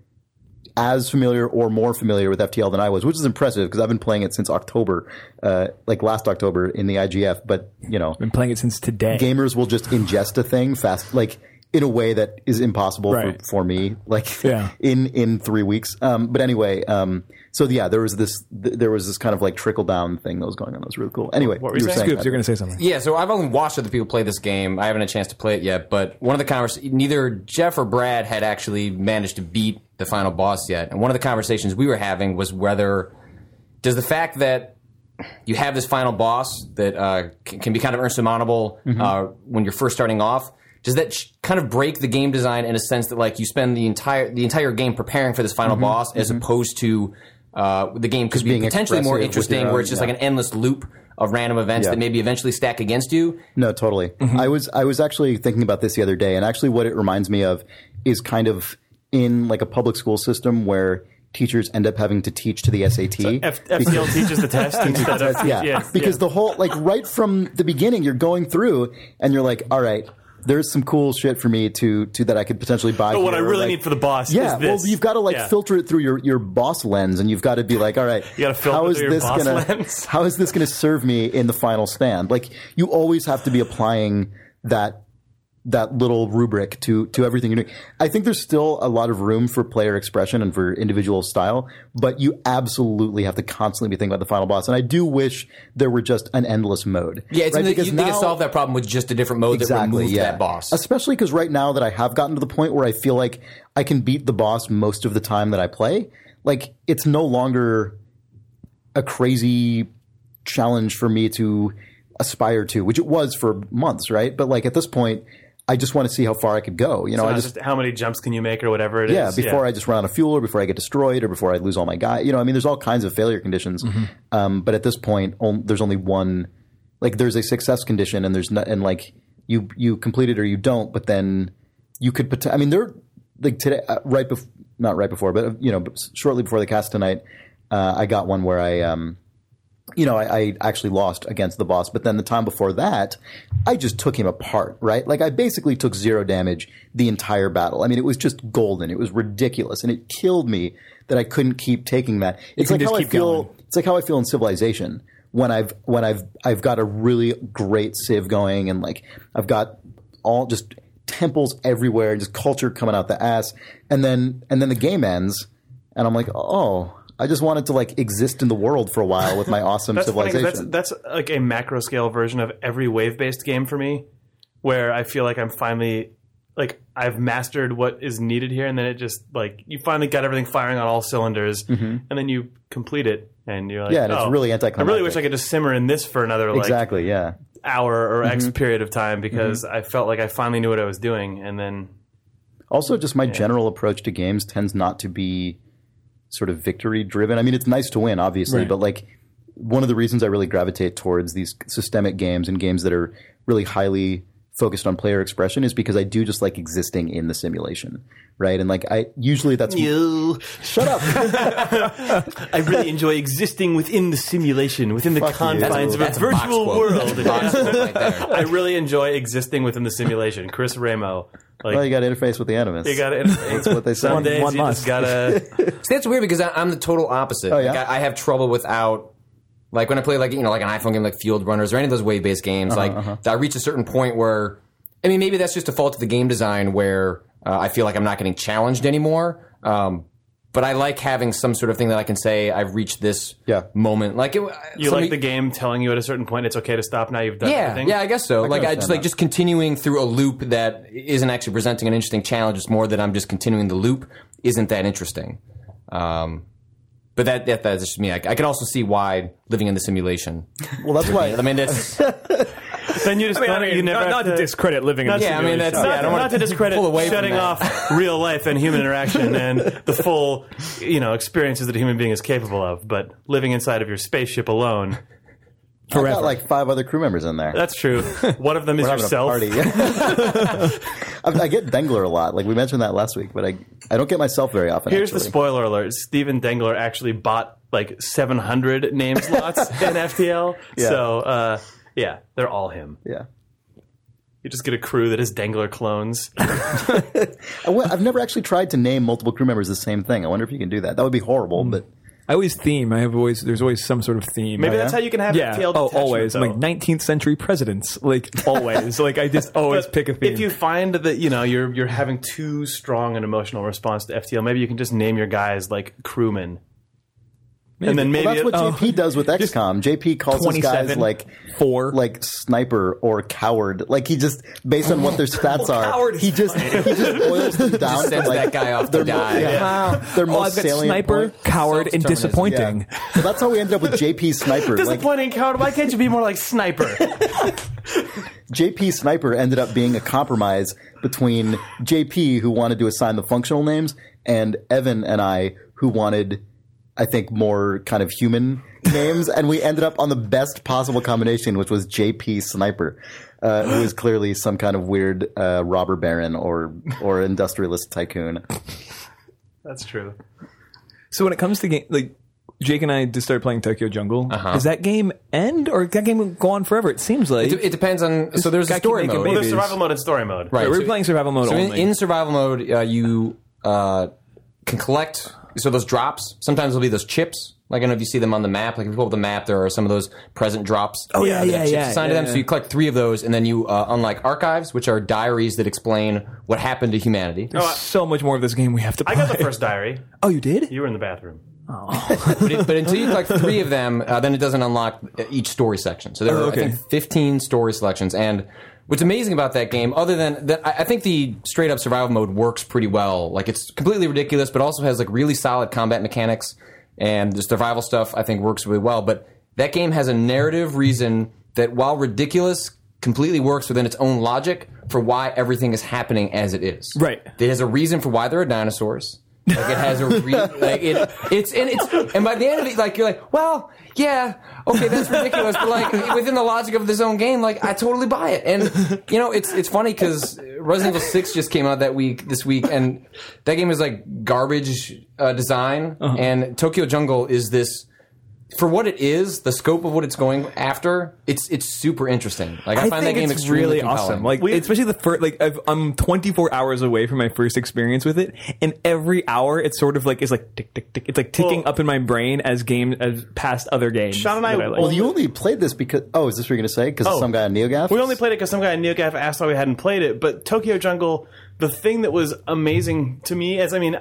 as familiar or more familiar with FTL than I was, which is impressive because I've been playing it since October, uh, like last October in the IGF. But you know,
Been playing it since today.
gamers will just ingest a thing fast, like in a way that is impossible
Right.
for, for me, like
Yeah.
in in three weeks. Um, but anyway, um, so yeah, there was this th- there was this kind of like trickle down thing that was going on. That was really cool. Anyway,
were you saying?
Scoops, you're
Patrick.
going to say something.
yeah, so I've only watched other people play this game. I haven't had a chance to play it yet, but one of the conversations, neither Jeff or Brad had actually managed to beat the final boss yet. And one of the conversations we were having was whether does the fact that you have this final boss that uh, can, can be kind of insurmountable
Mm-hmm.
uh, when you're first starting off. Does that sh- kind of break the game design in a sense that like you spend the entire the entire game preparing for this final boss as opposed to uh, the game could be
Mm-hmm. being
potentially more
expressive with your
interesting where
own-
it's just
yeah.
like an endless loop of random events
Yeah.
that maybe eventually stack against you.
No, totally.
Mm-hmm.
I was I was actually thinking about this the other day, and actually, what it reminds me of is kind of in like a public school system where teachers end up having to teach to the SAT.
F- FTL teaches the test instead of
yeah. because
yeah.
the whole like right from the beginning, you're going through, and you're like, all right. There's some cool shit for me to to that I could potentially buy.
But what I
here," or,
really
like-
need for the boss
yeah,
is this.
well, you've got to like
Yeah.
filter it through your, your boss lens, and you've got to be like, all right,
You gotta filter
how is
through your
this
boss
gonna
lens.
how is this gonna serve me in the final stand? Like, you always have to be applying that that little rubric to to everything you're doing. I think there's still a lot of room for player expression and for individual style, but you absolutely have to constantly be thinking about the final boss. And I do wish there were just an endless mode.
Yeah, it's
right?
you
Because
they could
now-
solve that problem with just a different mode that removed that boss.
Especially because right now that I have gotten to the point where I feel like I can beat the boss most of the time that I play. Like it's no longer a crazy challenge for me to aspire to, which it was for months, right? But like at this point, I just want to see how far I could go. You know, I
Not
just
just how many jumps can you make or whatever it is.
yeah, before I just run out of fuel or before I get destroyed or before I lose all my guy. You know, I mean, there's all kinds of failure conditions.
Mm-hmm.
Um, but at this point, on, there's only one. Like, there's a success condition, and there's not, and like you you complete it or you don't. But then you could. pot- I mean, they're like today, uh, right before, not right before, but uh, you know, b- shortly before the cast tonight, uh, I got one where I. Um, you know, I, I actually lost against the boss, but then the time before that, I just took him apart, right? Like I basically took zero damage the entire battle. I mean, it was just golden. It was ridiculous, and it killed me that I couldn't keep taking that. It's
can
like
just
how I
keep
feel.
going.
It's like how I feel in Civilization when I've when I've I've got a really great civ going, and like I've got all just temples everywhere, and just culture coming out the ass, and then and then the game ends, and I'm like, oh. I just wanted to like exist in the world for a while with my awesome
That's funny 'cause
civilization.
that's that's like a macro scale version of every wave based game for me, where I feel like I'm finally like I've mastered what is needed here, and then it just like you finally got everything firing on all cylinders, and then you complete it, and you're like,
Yeah, and it's
"Oh, I really wish
really anticlimactic."
I could just simmer in this for another like
exactly, yeah.
hour or X period of time because I felt like I finally knew what I was doing, and then
Also, just my general approach to games tends not to be sort of victory driven. I mean, it's nice to win, obviously, but like one of the reasons I really gravitate towards these systemic games and games that are really highly focused on player expression is because I do just like existing in the simulation, right? And like I usually that's
you
shut up.
I really enjoy existing within the simulation, within the confines of a
That's box
virtual
quote.
world.
That's a box quote right there.
I really enjoy existing within the simulation. Chris Ramo, like
well, you got to interface with the animus.
you got to interface.
That's what they say.
Some days
one
you
must.
just gotta.
See, that's weird because I, I'm the total opposite.
Oh, yeah?
Like, I, I have trouble without. Like when I play like you know like an iPhone game like Field Runners or any of those wave based games,
Uh-huh,
like I reach a certain point where, I mean maybe that's just a fault of the game design where uh, I feel like I'm not getting challenged anymore. Um, but I like having some sort of thing that I can say I've reached this
Yeah.
moment. Like it, uh,
You
somebody-
like the game telling you at a certain point it's okay to stop now you've done
yeah,
everything.
yeah, I guess so. like I
understand
just like
that.
just continuing through a loop that isn't actually presenting an interesting challenge. It's more that I'm just continuing the loop isn't that interesting. Um, but that, that that's just me. I, I can also see why living in the simulation.
Well, that's why.
I mean, that's
Then you just
I
don't-
mean,
you never
not,
have
not to, discredit living in
not
the
to-
yeah, I mean, that's
not,
yeah, I
to,
don't want
not to discredit
pull away from
shutting
that.
off real life and human interaction and the full, you know, experiences that a human being is capable of. But living inside of your spaceship alone,
I got like five other crew members in there.
that's true. One of them is
having a
yourself.
party. I, I get Dengler a lot. Like we mentioned that last week, but I I don't get myself very often.
Here's the
actually.
spoiler alert: Steven Dengler actually bought like 700 name slots in FTL.
Yeah.
So uh, yeah, they're all him.
yeah.
You just get a crew that is Dengler clones.
Oh,
I, well, I've never actually tried to name multiple crew members the same thing. I wonder if you can do that. That would be horrible, but
I always theme. I have always there's always some sort of theme.
Maybe
I-
that's how you can have
yeah.
FTL.
Oh,
detachment,
always
though.
like 19th century presidents. Like always. like I just always
But
pick a theme.
If you find that you know you're you're having too strong an emotional response to FTL, maybe you can just name your guys like crewmen, and then maybe oh,
well, that's what
it-
Oh.
JP does with XCOM. JP calls his guys
27,
like
four.
like sniper or coward. Like he just based on what their stats are,
coward is
he just he just boils them down to
sends
like
that guy off to die.
yeah. their
oh,
most
I've got
salient
sniper,
point.
coward,
Self-determinism.
and
Yeah.
disappointing.
Well, that's how we ended up with JP sniper. like
Disappointing coward. Why can't you be more like sniper?
JP Sniper ended up being a compromise between JP, who wanted to assign the functional names, and Evan and I, who wanted, I think, more kind of human names. and we ended up on the best possible combination, which was JP Sniper, uh, who is clearly some kind of weird uh, robber baron or or industrialist tycoon.
that's true.
So when it comes to game, like Jake and I just started playing Tokyo Jungle.
Uh-huh.
Does that game end, or that game go on forever? It seems like.
it depends on. So there's a
Gotta keep
story
making
mode,
Well, there's
It is-
survival mode and story mode.
right?
we're
so-
playing survival mode
So in,
only.
in survival mode, uh, you uh, can collect so those drops. Sometimes there'll be those chips. Like I don't know if you see them on the map. Like if you pull up the map, there are some of those present drops. Oh
yeah, yeah,
chips
yeah,
assigned to
yeah,
them.
yeah.
So you collect three of those, and then you uh, unlock archives, which are diaries that explain what happened to humanity.
Oh, I-
so much more of this game we have to play.
I got the first diary.
oh, you did?
You were in the bathroom.
But, it- but until you collect three of them, uh, then it doesn't unlock each story section. So there are
okay.
I think 15 story selections. And what's amazing about that game, other than that, I, I think the straight up survival mode works pretty well. Like it's completely ridiculous, but also has like really solid combat mechanics and the survival stuff. I think works really well. But that game has a narrative reason that while ridiculous. Completely works within its own logic for why everything is happening as it is.
Right.
It has a reason for why there are dinosaurs. Like it has a re- like it it's and it's and by the end of it, like you're like, well, yeah, okay, that's ridiculous, but like within the logic of this own game, like I totally buy it. And you know, it's it's funny because Resident Evil Six just came out that week this week, and that game is like garbage uh, design,
Uh-huh.
and Tokyo Jungle is this. For what it is, the scope of what it's going after, it's it's super interesting. Like I,
I
find
think
that game
it's
extremely
really
compelling.
awesome. Like
We-
especially the first, like I've, I'm 24 hours away from my first experience with it, and every hour it's sort of like it's like tick tick tick. It's like ticking
Well-
up in my brain as game as past other games.
Sean and I-
that like.
well,
Well, you only played this because oh, is this what you're going to say? Because
Oh.
some guy on NeoGaf.
We only played it because some guy in NeoGaf asked why we hadn't played it. But Tokyo Jungle, the thing that was amazing to me is, I mean,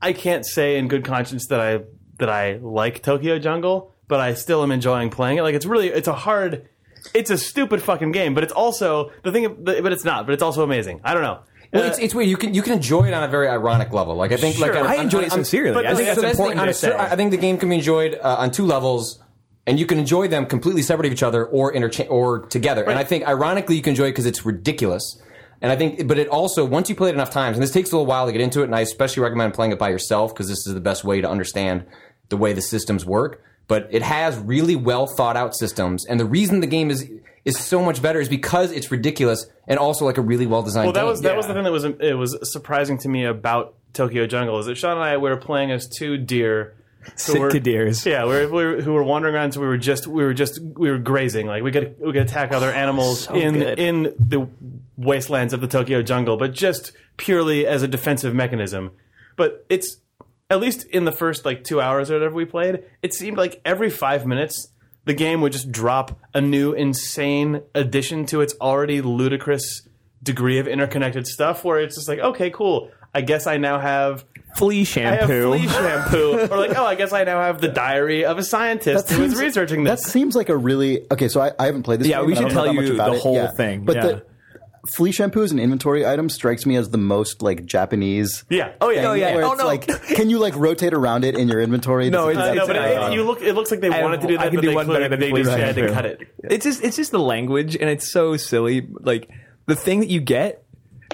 I can't say in good conscience that I that I like Tokyo Jungle, but I still am enjoying playing it. Like it's really, it's a hard, it's a stupid fucking game, but it's also the thing. But it's not. But it's also amazing. I don't know.
Well, it's, it's weird. You can you can enjoy it on a very ironic level. Like I think, like
Sure.
on-
I
on-
enjoy
on-
it
on-
sincerely. I think that's
the best
important
thing- on
to
a cer-
say.
I think the game can be enjoyed uh, on two levels, and you can enjoy them completely separate of each other or intercha- or together. And I think ironically, you can enjoy it because it's ridiculous. And I think, but it also once you play it enough times, and this takes a little while to get into it. And I especially recommend playing it by yourself because this is the best way to understand the way the systems work. But it has really well thought out systems, and the reason the game is is so much better is because it's ridiculous and also like a really well designed.
Well, that
game.
was that was the thing that was it was surprising to me about Tokyo Jungle is that Sean and I were playing as two deer. Sick
to deers.
Yeah, we were, we were, who were wandering around. So we were just we were just we were grazing. Like we could we could attack other animals in
good.
in the wastelands of the Tokyo jungle, but just purely as a defensive mechanism. But it's at least in the first like two hours or whatever we played, it seemed like every five minutes the game would just drop a new insane addition to its already ludicrous degree of interconnected stuff. Where it's just like, okay, cool. I guess I now have
flea
I have
shampoo.
flea shampoo. or like, oh, I guess I now have the diary of a scientist who is researching
That
this.
seems like a really okay. So I, I haven't played this.
Yeah,
game,
we
and I
should
don't know
tell
that much
you
about
the
it.
whole
Yeah.
thing,
But
yeah.
the flea shampoo as an inventory item strikes me as the most like Japanese.
yeah. Oh yeah.
Oh, yeah.
Where
Oh,
it's
no.
like, can you like rotate around it in your inventory?
No,
Does it
Uh,
do
no,
that?
but it,
Uh,
it- you look. It looks like they
I-
wanted to do
I
that,
can
but
do
they
one better
clearly
than
they
flea
just had to
shampoo.
cut it.
It's just it's just the language, and it's so silly. Like the thing that you get.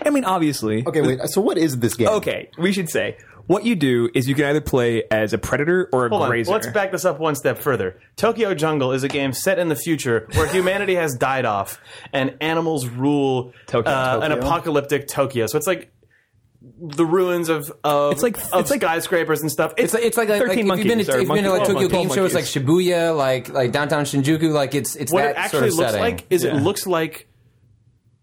I mean, obviously.
Okay, wait. So what is this game?
Okay, we should say what you do is you can either play as a predator or a
Hold on.
grazer.
Let's back this up one step further. Tokyo Jungle is a game set in the future where humanity has died off and animals rule
Tokyo.
uh, an
Tokyo.
apocalyptic Tokyo. So it's like the ruins of, of
It's like-
of
it's like-
skyscrapers and stuff.
It's like, it's like, like,
13
like if you've been
monkeys,
to,
or
if you've been to like
monkey-
Tokyo
12
Game Show, it's like
monkeys.
Shibuya, like like downtown Shinjuku, like it's it's
what
that
it actually
sort of
looks
setting.
like is
Yeah.
it looks like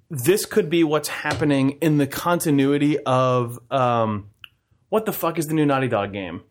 this could be what's happening in the continuity of um, what the fuck is the new Naughty Dog game?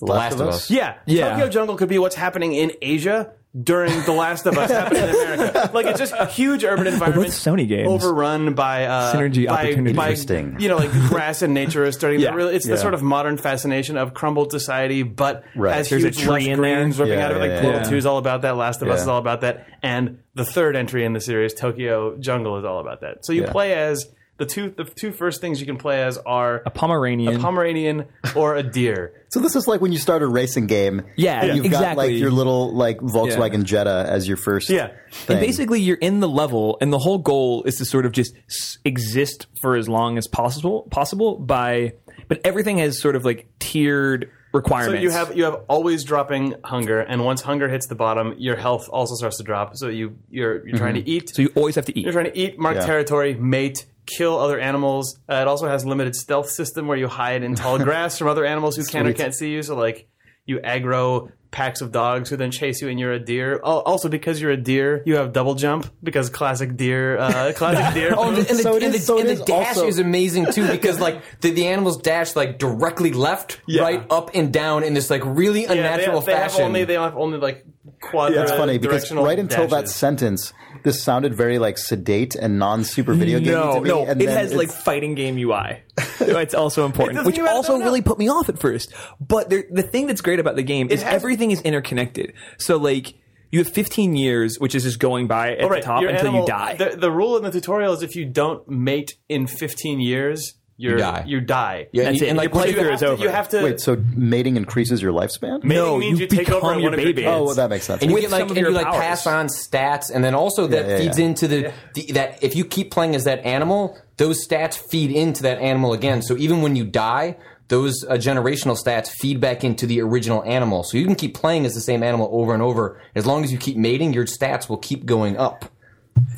The
Last of Us.
Yeah,
Yeah.
Tokyo Jungle could be what's happening in Asia during The Last of Us happening in America. Like it's just a huge urban environment,
Sony games.
overrun by uh,
Synergy
by,
opportunity.
by,
Interesting.
You know, like grass and nature is starting.
Yeah.
to really, it's
Yeah.
the sort of modern fascination of crumbled society, but
Right.
as
There's a
huge
tree
lush
in there.
greens ripping
Yeah,
out of it.
yeah,
Like
yeah.
Portal
Yeah.
Two is all about that. Last of Us
Yeah.
is all about that, and the third entry in the series, Tokyo Jungle, is all about that. So you
Yeah.
play as. The two, the two first things you can play as are a
Pomeranian.
Pomeranian or a deer.
So this is like when you start a racing game.
Yeah,
and you've got like
exactly.
your little like Volkswagen
Yeah.
Jetta as your first.
Yeah.
thing.
And basically, you're in the level, and the whole goal is to sort of just s- exist for as long as possible. Possible by, but everything has sort of like tiered
So
requirements.
you have you have always dropping hunger, and once hunger hits the bottom, your health also starts to drop. So you you're you're trying to eat.
so you always have to eat.
You're trying to eat, mark
Mm-hmm. Yeah.
territory, mate, kill other animals. Uh, it also has limited stealth system where you hide in tall grass from other animals who can or can't see you. So like you aggro packs of dogs who then chase you, and you're a deer. Al- Also because you're a deer, you have double jump because classic deer, uh, classic deer.
Oh, and the, and the,
So it
and
is-
the-
so it
and the
is
dash
also-
is amazing too because like the, the animals dash like directly left, right, up, and down in this like really
Yeah, they
unnatural
have, they have
fashion.
only they have only like quadra.
That's funny because
directional
right until that
dashes.
sentence, this sounded very like sedate and non-super video game
no,
to me.
no,
and
it
then
has
it's-
like fighting game UI. it's also important,
doesn't
which
even have
also
that
really put me off at first. But there, the thing that's great about the game is
has-
everything is interconnected. So like. You have 15 years, which is just going by at
Right,
the top
your
until you
animal-
die.
The, the rule in the tutorial is if you don't mate in 15 years, you're, you
die.
die. You die.
yeah,
That's
and,
it.
and,
Your
like once
you
you-
playthrough
have
is
to,
over.
You have to.
wait. So mating increases your lifespan.
mating
No,
means
you
you, take over
become
at
your
one of your
baby.
kids.
Oh, well, that makes sense.
and you
with
get
some
like and
of
you
your
like
powers.
pass on stats, and then also that
yeah,
feeds
yeah.
into the, the that if you keep playing as that animal, those stats feed into that animal again. So even when you die, those uh, generational stats feed back into the original animal. So you can keep playing as the same animal over and over as long as you keep mating. Your stats will keep going up.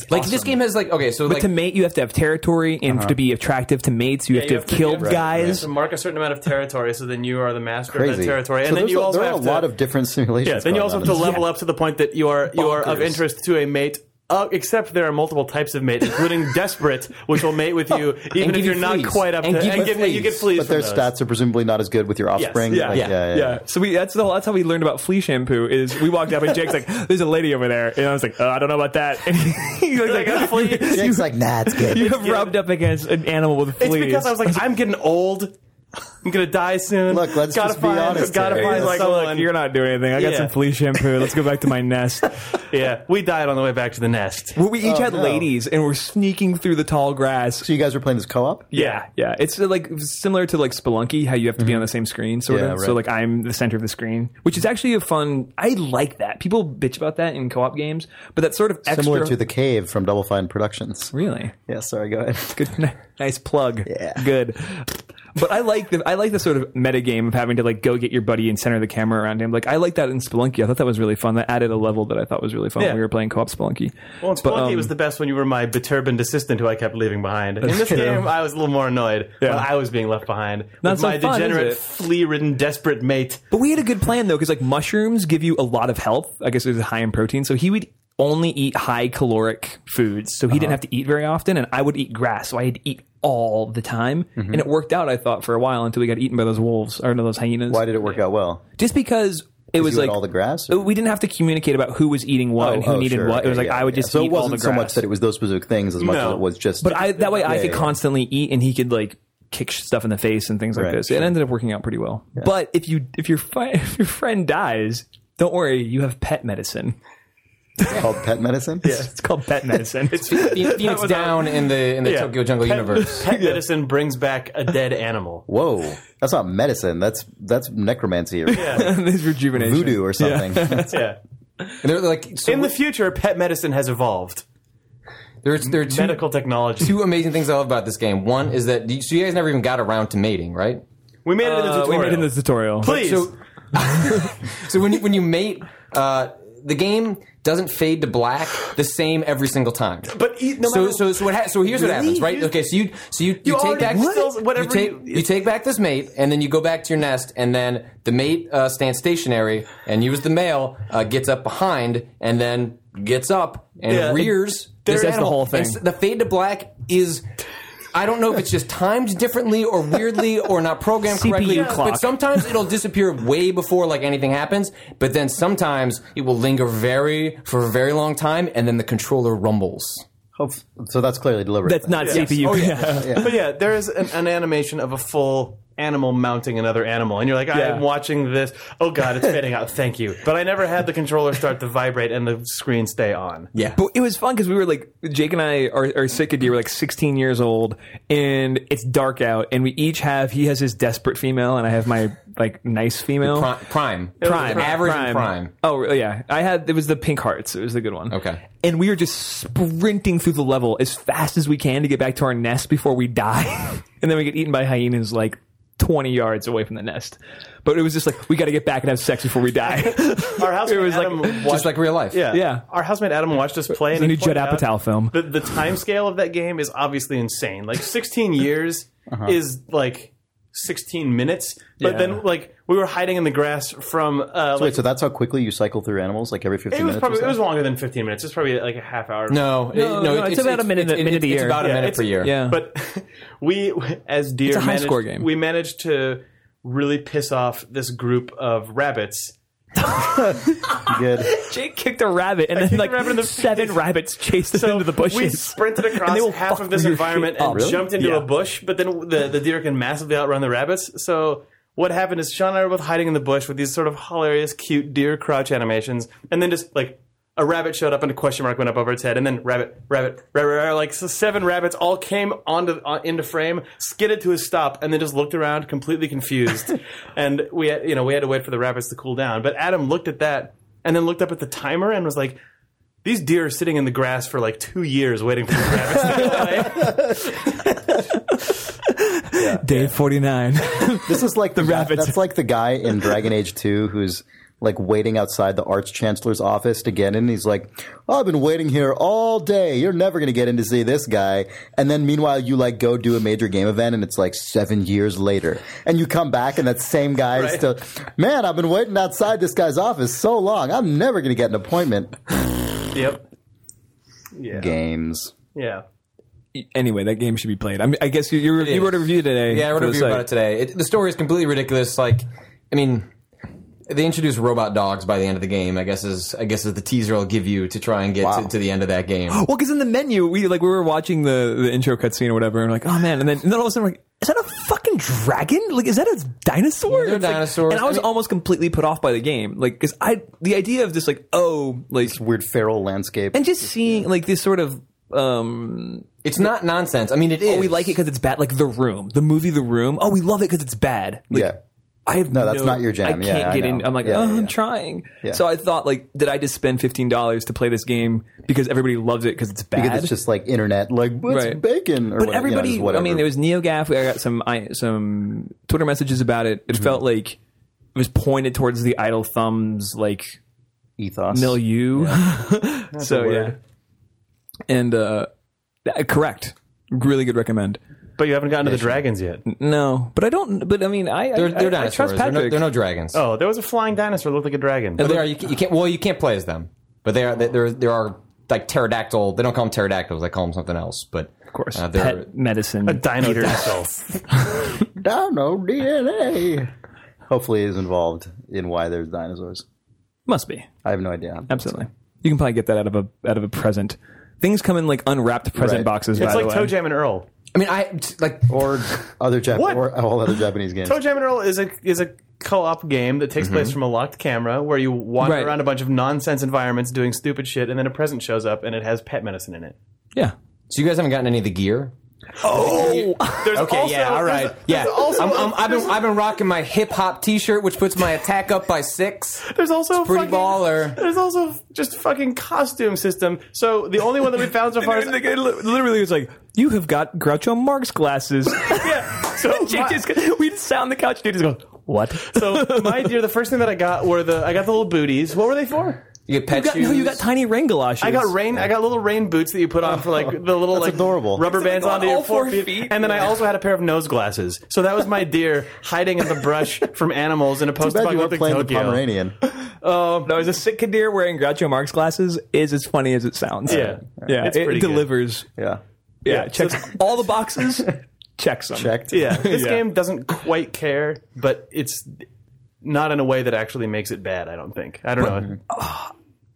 Like this game has like okay, so
But
like
to mate, you have to have territory, and to be attractive to mates, you have to
you have
have
to-
killed
yeah, right,
guys.
to mark a certain amount of territory, so then you are the master of
Crazy
that territory, and
So
then
there's
you
a-
also
there are
have
a
to,
lot of different simulations.
Yeah, then you
going
also
on
have to
in this.
level up to the point that you are you are of
Bonkers.
interest to a mate. Uh, except there are multiple types of mate, including desperate, which will mate with you
give
even if
you
you're not
fleas.
quite up
And
to.
give you
and get, and you get
fleas.
fleas.
But
from
their
those.
stats are presumably not as good with your offspring.
Yeah,
Like,
yeah,
Yeah. So we that's the whole, that's how we learned about flea shampoo is we walked up and Jake's like, There's a lady over there and I was like, oh, I don't know about that and he, he was like,
got a flea.
You,
Jake's like, nah, it's good.
you have rubbed up against an animal with fleas.
It's because I was like, I'm getting old. I'm gonna die soon.
Look, let's
gotta
just be
find,
honest
Gotta
here.
find
It's
like,
someone.
look, you're not doing anything. I got
Yeah.
some flea shampoo. Let's go back to my nest. Oh,
yeah, we died on the way back to the nest.
Well, we each had
no.
ladies and we're sneaking through the tall grass.
so you guys were playing this co-op.
Yeah, Mm-hmm. yeah. It's uh, like similar to like Spelunky, how you have to be on the same screen, sort
Yeah,
of. So
right.
like I'm the center of the screen, which is actually a fun. I like that. People bitch about that in co-op games, but that's sort of extra.
Similar to the cave from Double Fine Productions.
really
Yeah, sorry, go ahead.
good, nice plug.
Yeah.
good. But I like the I like the sort of meta game of having to like go get your buddy and center the camera around him. Like I like that in Spelunky. I thought that was really fun. That added a level that I thought was really fun
Yeah.
when we were playing co-op Spelunky.
Well, in
But,
Spelunky
um,
was the best when you were my beturbed assistant who I kept leaving behind. In this
true.
game, I was a little more annoyed
Yeah.
when I was being left behind
Not
with
so
my
fun, is
degenerate,
it?
flea-ridden, desperate mate.
But we had a good plan though, because like mushrooms give you a lot of health. I guess it was high in protein, so he would only eat high caloric foods, so he
Uh-huh.
didn't have to eat very often, and I would eat grass, so I had to eat all the time,
Mm-hmm.
and it worked out. I thought for a while until we got eaten by those wolves or no, those hyenas.
Why did it work out well?
Just because it was
you ate
like
all the grass?
Uh, We didn't have to communicate about who was eating what and who needed
Oh, sure,
what. it was
okay,
like
yeah,
I would
yeah.
just
so
eat
it wasn't
all the
so
grass.
much that it was those specific things as much
No.
as it was just.
But I that way I
Yeah,
could
yeah, yeah.
constantly eat and he could like kick stuff in the face and things like
Right,
this.
sure.
It ended up working out pretty well. But if you if your fi- if your friend dies, don't worry, you have pet medicine.
called pet medicine.
It's called pet medicine. it's
Phoenix down in the in the
Yeah.
Tokyo Jungle universe.
Pet medicine brings back a dead animal.
Whoa, that's not medicine. That's that's necromancy or
it's rejuvenation.
voodoo or something.
Yeah.
And they're like so
In the future, pet medicine has evolved.
there's there are two,
Medical technology.
two amazing things I love about this game. One is that so you guys never even got around to mating, right?
We made it in the
Uh,
tutorial.
we made it in the tutorial.
Please.
So, so when you, when you mate, uh, the game doesn't fade to black the same every single time.
but e- no
So
matter-
so so what ha- so here's what
Really?
happens, right?
You-
Okay, so you so you, you, take
already
back
what?
you
Whatever
take-
you-
you take back this mate, and then you go back to your nest, and then the mate uh, stands stationary, and you as the male uh, gets up behind, and then gets up and
Yeah.
rears.
This
This
is the
animal.
whole thing.
And s- the fade to black is. I don't know if it's just timed differently or weirdly or not programmed
CPU
correctly,
clock.
but sometimes it'll disappear way before like anything happens. But then sometimes it will linger very for a very long time, and then the controller rumbles.
Hope- Oh, so that's clearly deliberate.
That's not CPU. yeah.
But yeah, there is an, an animation of a full animal mounting another animal, and you're like,
Yeah.
I'm watching this. Oh god, it's fading out. Thank you. But I never had the controller start to vibrate and the screen stay on.
Yeah.
But it was fun because we were like Jake and I are, are sick of you. We're like 16 years old, and it's dark out, and we each have he has his desperate female, and I have my like nice female.
Pri- prime.
Prime,
Average
prime.
and prime.
Oh really? yeah, I had it was the pink hearts. It was the good one.
Okay.
and we were just sprinting through the level as fast as we can to get back to our nest before we die, and then we get eaten by hyenas like twenty yards away from the nest. But it was just like we got to get back and have sex before we die.
Our housemate
It was like-
Adam
Just
watched,
like real life.
yeah,
yeah.
Our housemate Adam watched us play. and
a
he
new Judd
pointed out
Apatow film.
The, the time scale of that game is obviously insane. Like 16 years is like 16 minutes. But
Uh-huh. Yeah.
then like we were hiding in the grass from uh, like,
Wait, so that's how quickly you cycle through animals, like every fifteen
it was
minutes.
probably
or so?
it was longer than 15 minutes. It's probably like a half hour.
No, it-
No, no, it's about a minute-
it's-
minute
it's-
a
It's
year.
about a
Yeah,
minute
it's-
per year.
yeah,
But we, as deer,
a high
managed,
score game.
we managed to really piss off this group of rabbits.
good.
Jake kicked a rabbit, and then
kicked a
like
rabbit in the-
seven rabbits chased us into the bushes.
We sprinted
And they will
across half
fuck
of this
your
environment
shit
and
up. Really?
jumped into
Yeah.
a bush, but then the, the deer can massively outrun the rabbits. So what happened is Sean and I were both hiding in the bush with these sort of hilarious, cute deer crouch animations, and then just like a rabbit showed up and a question mark went up over its head, and then rabbit, rabbit, rabbit, rabbit like so seven rabbits all came onto on, into frame, skidded to a stop, and then just looked around completely confused. and we had, you know we had to wait for the rabbits to cool down. But Adam looked at that and then looked up at the timer and was like, these deer are sitting in the grass for like two years waiting for the rabbits to go away.
Day forty nine.
This is like the
rabbits.
That's like the guy in Dragon Age Two who's like waiting outside the Arch Chancellor's office to get in. and He's like, "I've been waiting here all day. You're never gonna get in to see this guy." And then meanwhile, you like go do a major game event, and it's like seven years later, and you come back, and that same guy is
Right.
still. Man, I've been waiting outside this guy's office so long. I'm never gonna get an appointment.
Yep. Yeah.
Games.
Yeah.
anyway, that game should be played. I, mean, I guess you you, you wrote a review today.
Yeah, I wrote
for
a
the
review about
site.
it today. It, the story is completely ridiculous. Like, I mean, they introduce robot dogs by the end of the game. I guess is I guess is the teaser I'll give you to try and get to, to the end of that game.
Well, because in the menu, we like we were watching the, the intro cutscene or whatever, and we're like, oh man, and then, and then all of a sudden, we're like, is that a fucking dragon? Like, is that a dinosaur?
they're
It's like-
dinosaurs.
and I was
I mean-
almost completely put off by the game, like because I the idea of this like oh like
Weird feral landscape.
and just seeing like this sort of um
It's not nonsense. I mean, it is.
oh we like it because it's bad like the room the movie the room oh we love it because it's bad like,
yeah.
I have
No, that's not your jam.
I can't
Yeah, I
get
know.
in. I'm like,
Yeah,
oh,
yeah, yeah.
I'm trying.
Yeah.
So I thought, like, did I just spend fifteen dollars to play this game because everybody loves it because it's bad?
Because it's just like internet, like what's
Right.
bacon or
but
whatever, you know,
everybody,
just whatever.
I mean, there was NeoGaf. I got some I, some Twitter messages about it. It
Mm-hmm.
felt like it was pointed towards the idle thumbs like
ethos.
milieu. so
a
yeah,
word.
and uh, uh, correct. Really good recommend.
But you haven't gotten to the dragons yet.
No, but I don't. But I mean, I
They're,
I,
they're
I, I
dinosaurs.
trust
they're,
Patrick.
no, they're no dragons.
Oh, there was a flying dinosaur that looked like a dragon.
But they are. You, ca- you can't. Well, you can't play as them. But they are. They, there. There are like pterodactyl. They don't call them pterodactyls. They call them something else. But of
course,
uh, they're
pet medicine.
Dino dinosaur.
Dino DNA. Hopefully, is involved in why there's dinosaurs.
Must be.
I have no idea.
Absolutely. You can probably get that out of a out of a present. Things come in like unwrapped present
Right.
boxes.
It's
by
It's like
the way.
Toe Jam and Earl.
I mean, I t- like
or other Jap-
What?
or all other Japanese games.
Toe Jam and Earl is a is a co-op game that
Mm-hmm.
takes place from a locked camera where you wander
Right.
around a bunch of nonsense environments doing stupid shit and then a present shows up and it has pet medicine in it.
Yeah.
so you guys haven't gotten any of the gear.
There's
Okay,
also-
yeah, all right,
There's,
yeah.
there's also,
I'm, I'm, I've been I've been rocking my hip hop T-shirt, which puts my attack up by six.
there's also
pretty
fucking-
baller.
There's also just fucking costume system. So the only one that we found so far is
literally was like, you have got Groucho Marx glasses.
yeah. So my-
we'd sound the couch, dude just goes, what?
so my dear, the first thing that I got were the I got the little booties. What were they for?
You get pet shoes.
no, you got tiny rain galoshes.
I got rain. I got little rain boots that you put on for like the little like
adorable.
rubber
like
bands
on
onto your
all four
forefe-
feet.
And then I also had a pair of nose glasses. So that was my deer hiding in the brush from animals in a
Too bad you weren't
post-apocalyptic
playing the
Tokyo.
Pomeranian.
No, as a Sikadir wearing Groucho Marx glasses is as funny as it sounds.
Yeah.
Yeah.
It's
it
pretty good.
delivers.
Yeah,
Yeah. Checks all the boxes. checks them.
checked.
Yeah, this
Yeah.
game doesn't quite care, but it's not in a way that actually makes it bad. I don't think. I don't know.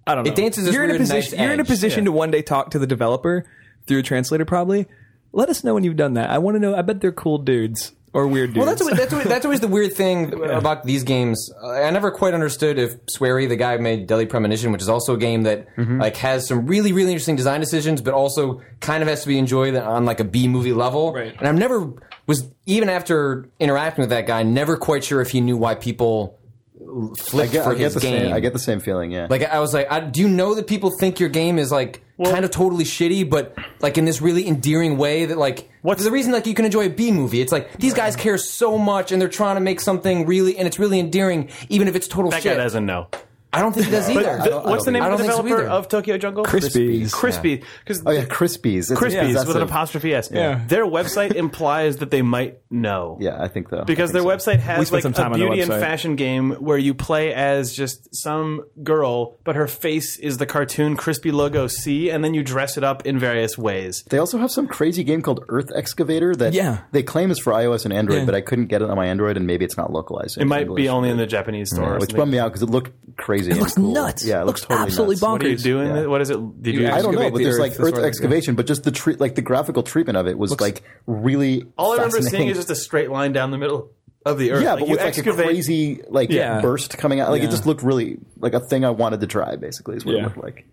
I don't know.
It dances this
you're in a
weird
position.
knife's
you're in a
edge.
position to one day talk to the developer through a translator, probably. Let us know when you've done that. I want to know. I bet they're cool dudes or weird dudes.
Well, that's always, that's always, that's always the weird thing about these games. Uh, I never quite understood if Swery, the guy who made Deadly Premonition, which is also a game that like has some really really interesting design decisions, but also kind of has to be enjoyed on like a B movie level.
Right.
And I've never was even after interacting with that guy, never quite sure if he knew why people
I
flipped
get,
for
I get
his
the
game.
same. I get the same feeling. Yeah,
Like I was like, I, do you know that people think your game is like kind of totally shitty, but like in this really endearing way that like what's the reason like you can enjoy a B movie? It's like these guys care so much and they're trying to make something really and it's really endearing, even if it's total
That guy
shit.
doesn't know.
I don't think he does either.
The- what's the name
think-
I
of the
don't think so
developer
either.
of Tokyo Jungle?
Crispies.
Crispy. Because
oh yeah, Crispies. It's
Crispies with an
possessive.
apostrophe s.
Yeah.
Their website implies that they might know.
Yeah, I think though
Because their website has
spent
like
some time
a
on their
beauty and
website.
fashion game where you play as just some girl, but her face is the cartoon crispy logo C, and then you dress it up in various ways.
They also have some crazy game called Earth Excavator that
Yeah.
they claim is for iOS and Android,
Yeah.
but I couldn't get it on my Android, and maybe it's not localized.
It might be only in the Japanese store. or
which
something.
bummed me out because it looked crazy. It
looks nuts.
Yeah, it looks,
Looks absolutely
totally nuts.
bonkers.
What are you doing?
Yeah.
What is it? Did you?
I
I don't know,
Excavate
but
the
there's
earth,
like
that's
Earth
what I-
excavation, but just the tre- like the graphical treatment of it was like really.
all I remember seeing
fascinating.
is just a straight line down the middle of the earth.
yeah,
like
but
you
with like
excavate.
a crazy like
Yeah.
burst coming out, like it
Yeah.
just looked really like a thing I wanted to try. Basically, is what it
Yeah.
looked like.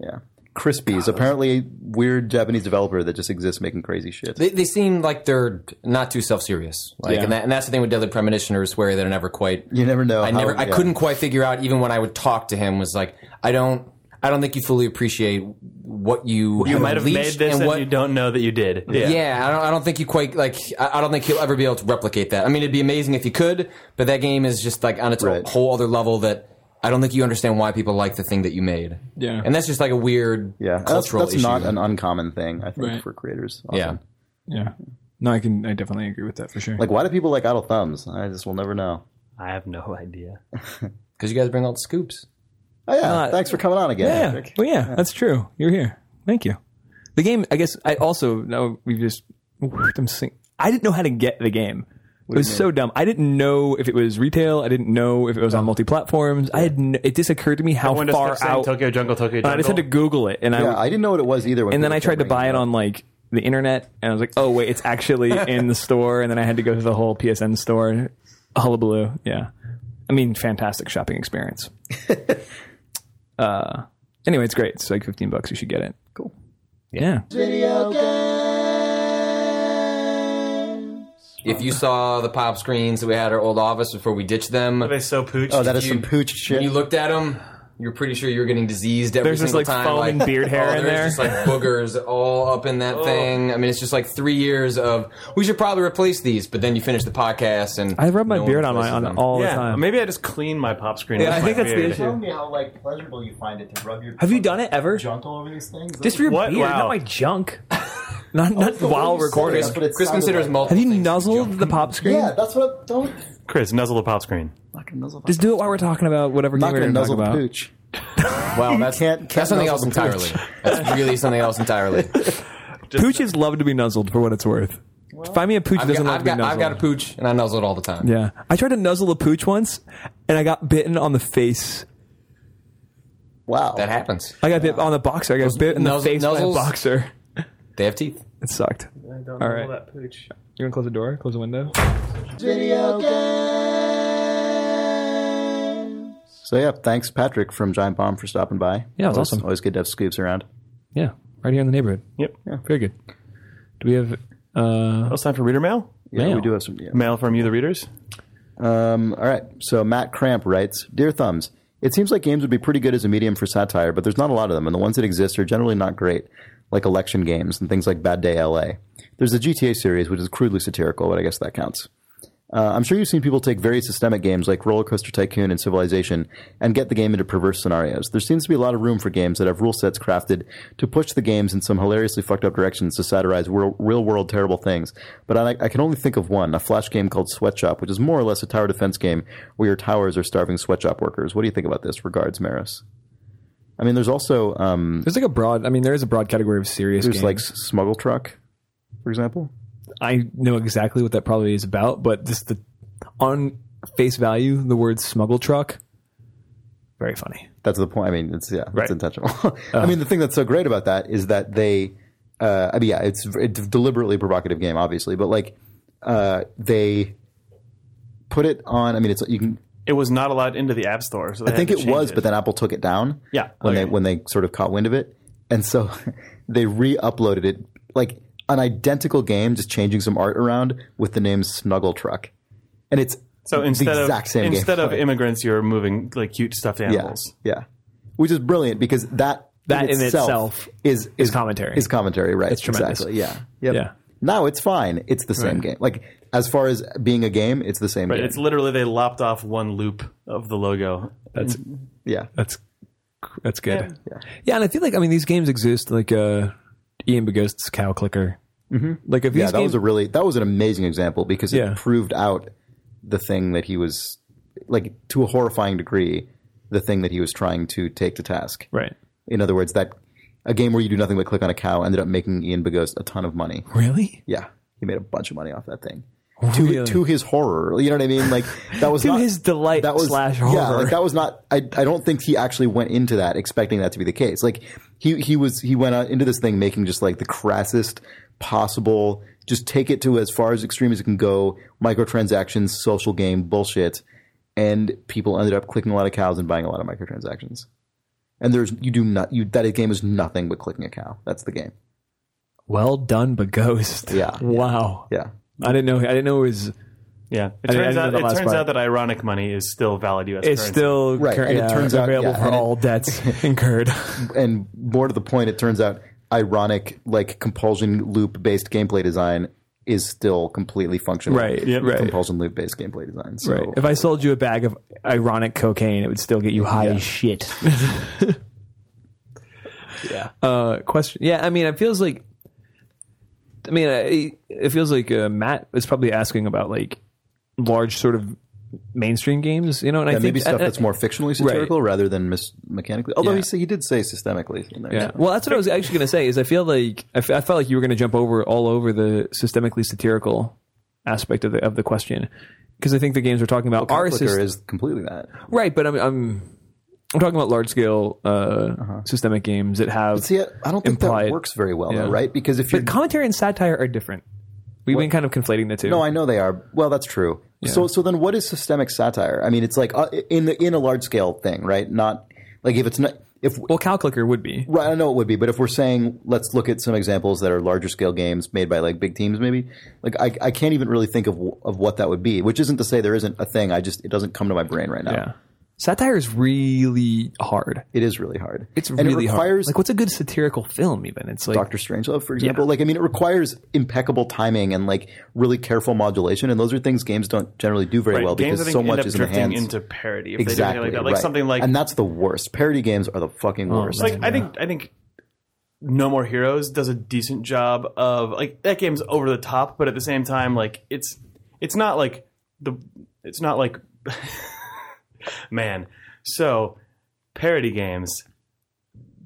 Yeah, Crispies, apparently a weird Japanese developer that just exists making crazy shit.
They, they seem like they're not too self serious. Like,
Yeah.
and, that, and that's the thing with Deadly Premonition or Swery that I never quite
you never know.
I
how-
never, I
yeah.
couldn't quite figure out even when I would talk to him was like, I don't, I don't think you fully appreciate what you
you might have made
unleashed
this, and,
what,
you don't know that you did. Yeah.
yeah. I don't, I don't think you quite like, I, I don't think he'll ever be able to replicate that. I mean, it'd be amazing if you could, but that game is just like on its
Right.
whole other level that I don't think you understand why people like the thing that you made.
Yeah.
and that's just like a weird
Yeah, that's-
cultural
that's,
issue.
not an uncommon thing. I think
Right.
for creators. Often.
yeah.
yeah. No, I can. I definitely agree with that for sure.
Like, why do people like idle thumbs? I just will never know.
I have no idea.
Because you guys bring all the scoops.
Oh yeah,
Uh,
thanks for coming on again.
yeah.
Patrick.
Well, yeah, that's true. You're here. Thank you. The game. I guess I also know we just. I'm sing- I didn't know how to get the game. It was so dumb. I didn't know if it was retail. I didn't know if it was on multi platforms. I had. n it Oh. just occurred to me how
Everyone just
far
kept saying
out.
Tokyo Jungle, Tokyo Jungle.
Uh, I just had to Google it, and I
Yeah, I didn't know what it was either. When
and then
people
I tried to
kept bringing
buy it
up.
on like the internet, and I was like, oh wait, it's actually in the store. And then I had to go to the whole PSN store, hullabaloo. Yeah, I mean, fantastic shopping experience. uh, anyway, it's great. It's like fifteen bucks. You should get it. Cool. Yeah.
Video games.
If you saw the pop screens that we had at our old office before we ditched them,
Are they so pooched?
Oh, that is
you-
some pooch shit.
When you looked at them, you're pretty sure you were getting diseased every
There's this,
single
like,
time.
foam
like,
and beard hair
oh,
in
there's
there.
Just like boogers all up in that thing. I mean, it's just like three years of we should probably replace these. But then you finish the podcast and
I rub my
no one
beard on my
replaces
on
them.
all the
yeah.
time.
Maybe I just clean my pop screen.
Yeah,
with
I
my
think that's the
beard.
issue.
me how like pleasurable you find it to rub your
Have you done it ever?
junk all over these things.
Just for your
What?
beard,
Wow.
not my junk. Oh, not not while recording.
That's what it
Chris
sounded
considers
like.
multiple.
Have you
things.
nuzzled the pop screen?
Yeah, that's what. I, don't
Chris, nuzzle the pop screen.
fucking nuzzle.
Just do it while we're talking about whatever
I'm
game
not
we're
gonna
going to talk
nuzzle the
about.
pooch.
Wow, that's
can't- can't
that's something else
nuzzle the
entirely. That's really something else entirely.
Pooches love to be nuzzled for what it's worth. Find me a pooch that
I've got,
doesn't love
I've,
to be
got,
nuzzled.
I've got a pooch and I nuzzle it all the time.
Yeah. I tried to nuzzle a pooch once and I got bitten on the face.
Wow,
That happens.
I got bit on the boxer. I got bit in the
nuzzle-
face by a
nuzzles?
boxer.
They have teeth.
It sucked.
I don't
All right.
that pooch.
You want to close the door? Close the window?
Video game.
So yeah, thanks Patrick from Giant Bomb for stopping by.
Yeah, it was
Always-
awesome.
Always good to have scoops around.
Yeah. Right here in the neighborhood.
Yep.
Yeah, very good. Do we have. Uh,
Well, it's time for reader mail.
Yeah,
Mail.
we do have some. Yeah.
Mail from you, the readers.
Um, all right. So Matt Cramp writes, "Dear Thumbs, it seems like games would be pretty good as a medium for satire, but there's not a lot of them, and the ones that exist are generally not great, like election games and things like Bad Day L.A. There's the GTA series, which is crudely satirical, but I guess that counts." Uh, I'm sure you've seen people take very systemic games like Roller Coaster Tycoon and Civilization and get the game into perverse scenarios. There seems to be a lot of room for games that have rule sets crafted to push the games in some hilariously fucked up directions to satirize real world terrible things. But I, I can only think of one, a Flash game called Sweatshop, which is more or less a tower defense game where your towers are starving sweatshop workers. What do you think about this? Regards, Maris. I mean, there's also um,
there's like a broad. I mean, there is a broad category of serious
there's
games.
like Smuggle Truck, for example.
I know exactly what that probably is about, but just the on face value, the word smuggle truck, very funny.
That's the point. I mean, it's yeah,
Right.
it's intentional. I mean, the thing that's so great about that is that they, uh, I mean, yeah, it's it's a deliberately provocative game, obviously, but like uh, they put it on. I mean, it's you can.
It was not allowed into the app store. So
I think it was, but then Apple took it down.
Yeah,
when they
okay.
when they sort of caught wind of it, and so they re-uploaded it like an identical game, just changing some art around with the name Snuggle Truck, and it's
so instead
the exact
of
same game.
instead of immigrants, you're moving like cute stuffed animals.
Yeah, yeah. Which is brilliant because that
That in itself
is, is
commentary.
Is commentary, right? It's
tremendous.
Exactly. Yeah. Yep.
Yeah.
No, it's fine. It's the same game. Like as far as being a game, it's the same
Right.
game.
It's literally they lopped off one loop of the logo.
That's
yeah.
that's that's good. Yeah. and I feel like I mean these games exist like uh Ian Bagost's cow clicker. Mm-hmm. Like if these
Yeah, that
games,
was a really that was an amazing example because it
Yeah.
proved out the thing that he was like to a horrifying degree the thing that he was trying to take to task.
right.
In other words, that a game where you do nothing but click on a cow ended up making Ian Bagost a ton of money.
Really?
Yeah, he made a bunch of money off that thing.
Really?
To, to his horror, you know what I mean? Like that was
To
not,
his delight
That was
slash
Yeah,
horror.
like that was not. I I don't think he actually went into that expecting that to be the case. Like he he was he went out into this thing making just like the crassest possible. Just take it to as far as extreme as it can go. Microtransactions, social game bullshit, and people ended up clicking a lot of cows and buying a lot of microtransactions. And there's you do not you that game is nothing but clicking a cow. That's the game.
Well done, Bagost.
Yeah.
Wow.
Yeah.
I didn't know. I didn't know it was.
Yeah. It
I didn't
turns
know
out
the
it
last
turns
part.
out that ironic money is still valid U.S.
It's
currency.
still
Right,
cur-
and it
yeah,
turns out-
available
yeah,
for
and it-
all debts incurred.
and more to the point, it turns out ironic, like compulsion loop based gameplay design is still completely functional.
Right,
with
right.
Compulsion loop based gameplay design. So
Right. If I sold you a bag of ironic cocaine, it would still get you high as shit. yeah. Uh, question. Yeah. I mean, it feels like. I mean, I, it feels like uh, Matt is probably asking about like large sort of mainstream games, you know, and I
yeah,
think
maybe stuff
and-
that's more fictionally satirical rather than mis- mechanically. Although
Yeah.
he he, he did say systemically. In there.
Yeah. Well, that's what I was actually going to say. Is I feel like I, f- I felt like you were going to jump over all over the systemically satirical aspect of the of the question because I think the games we're talking about are
Clicker
syst-
is completely that.
Right, but I'm I'm I'm talking about large scale uh, systemic games that have
Uh-huh. See, I I don't think
Implied.
that works very well,
Yeah.
though, right? Because if you're
but commentary and satire are different. We've been kind of conflating the two.
No, I know they are. Well, that's true. So, so then, what is systemic satire? I mean, it's like uh, in the in a large scale thing, right? Not like if it's not if
well, cow clicker would be.
Right, I know it would be, but if we're saying let's look at some examples that are larger scale games made by like big teams, maybe like I, I can't even really think of w- of what that would be. Which isn't to say there isn't a thing. I just it doesn't come to my brain right now.
Yeah. Satire is really hard.
It is really hard.
It's
and
really
it
hard.
requires
Like, what's a good satirical film? Even it's like
Doctor Strangelove, for example. Like I mean, it requires impeccable timing and like really careful modulation, and those are things games don't generally do very
Right.
well
Games I
because
think
so
end
much
up
is in the
drifting
hands.
into parody if they
exactly,
do anything like that. Like
right.
something like Oh,
and that's the worst. Parody games are the fucking worst.
like I think I think No More Heroes does a decent job of like that game's over the top, but at the same time, like it's it's not like the it's not like man. So parody games,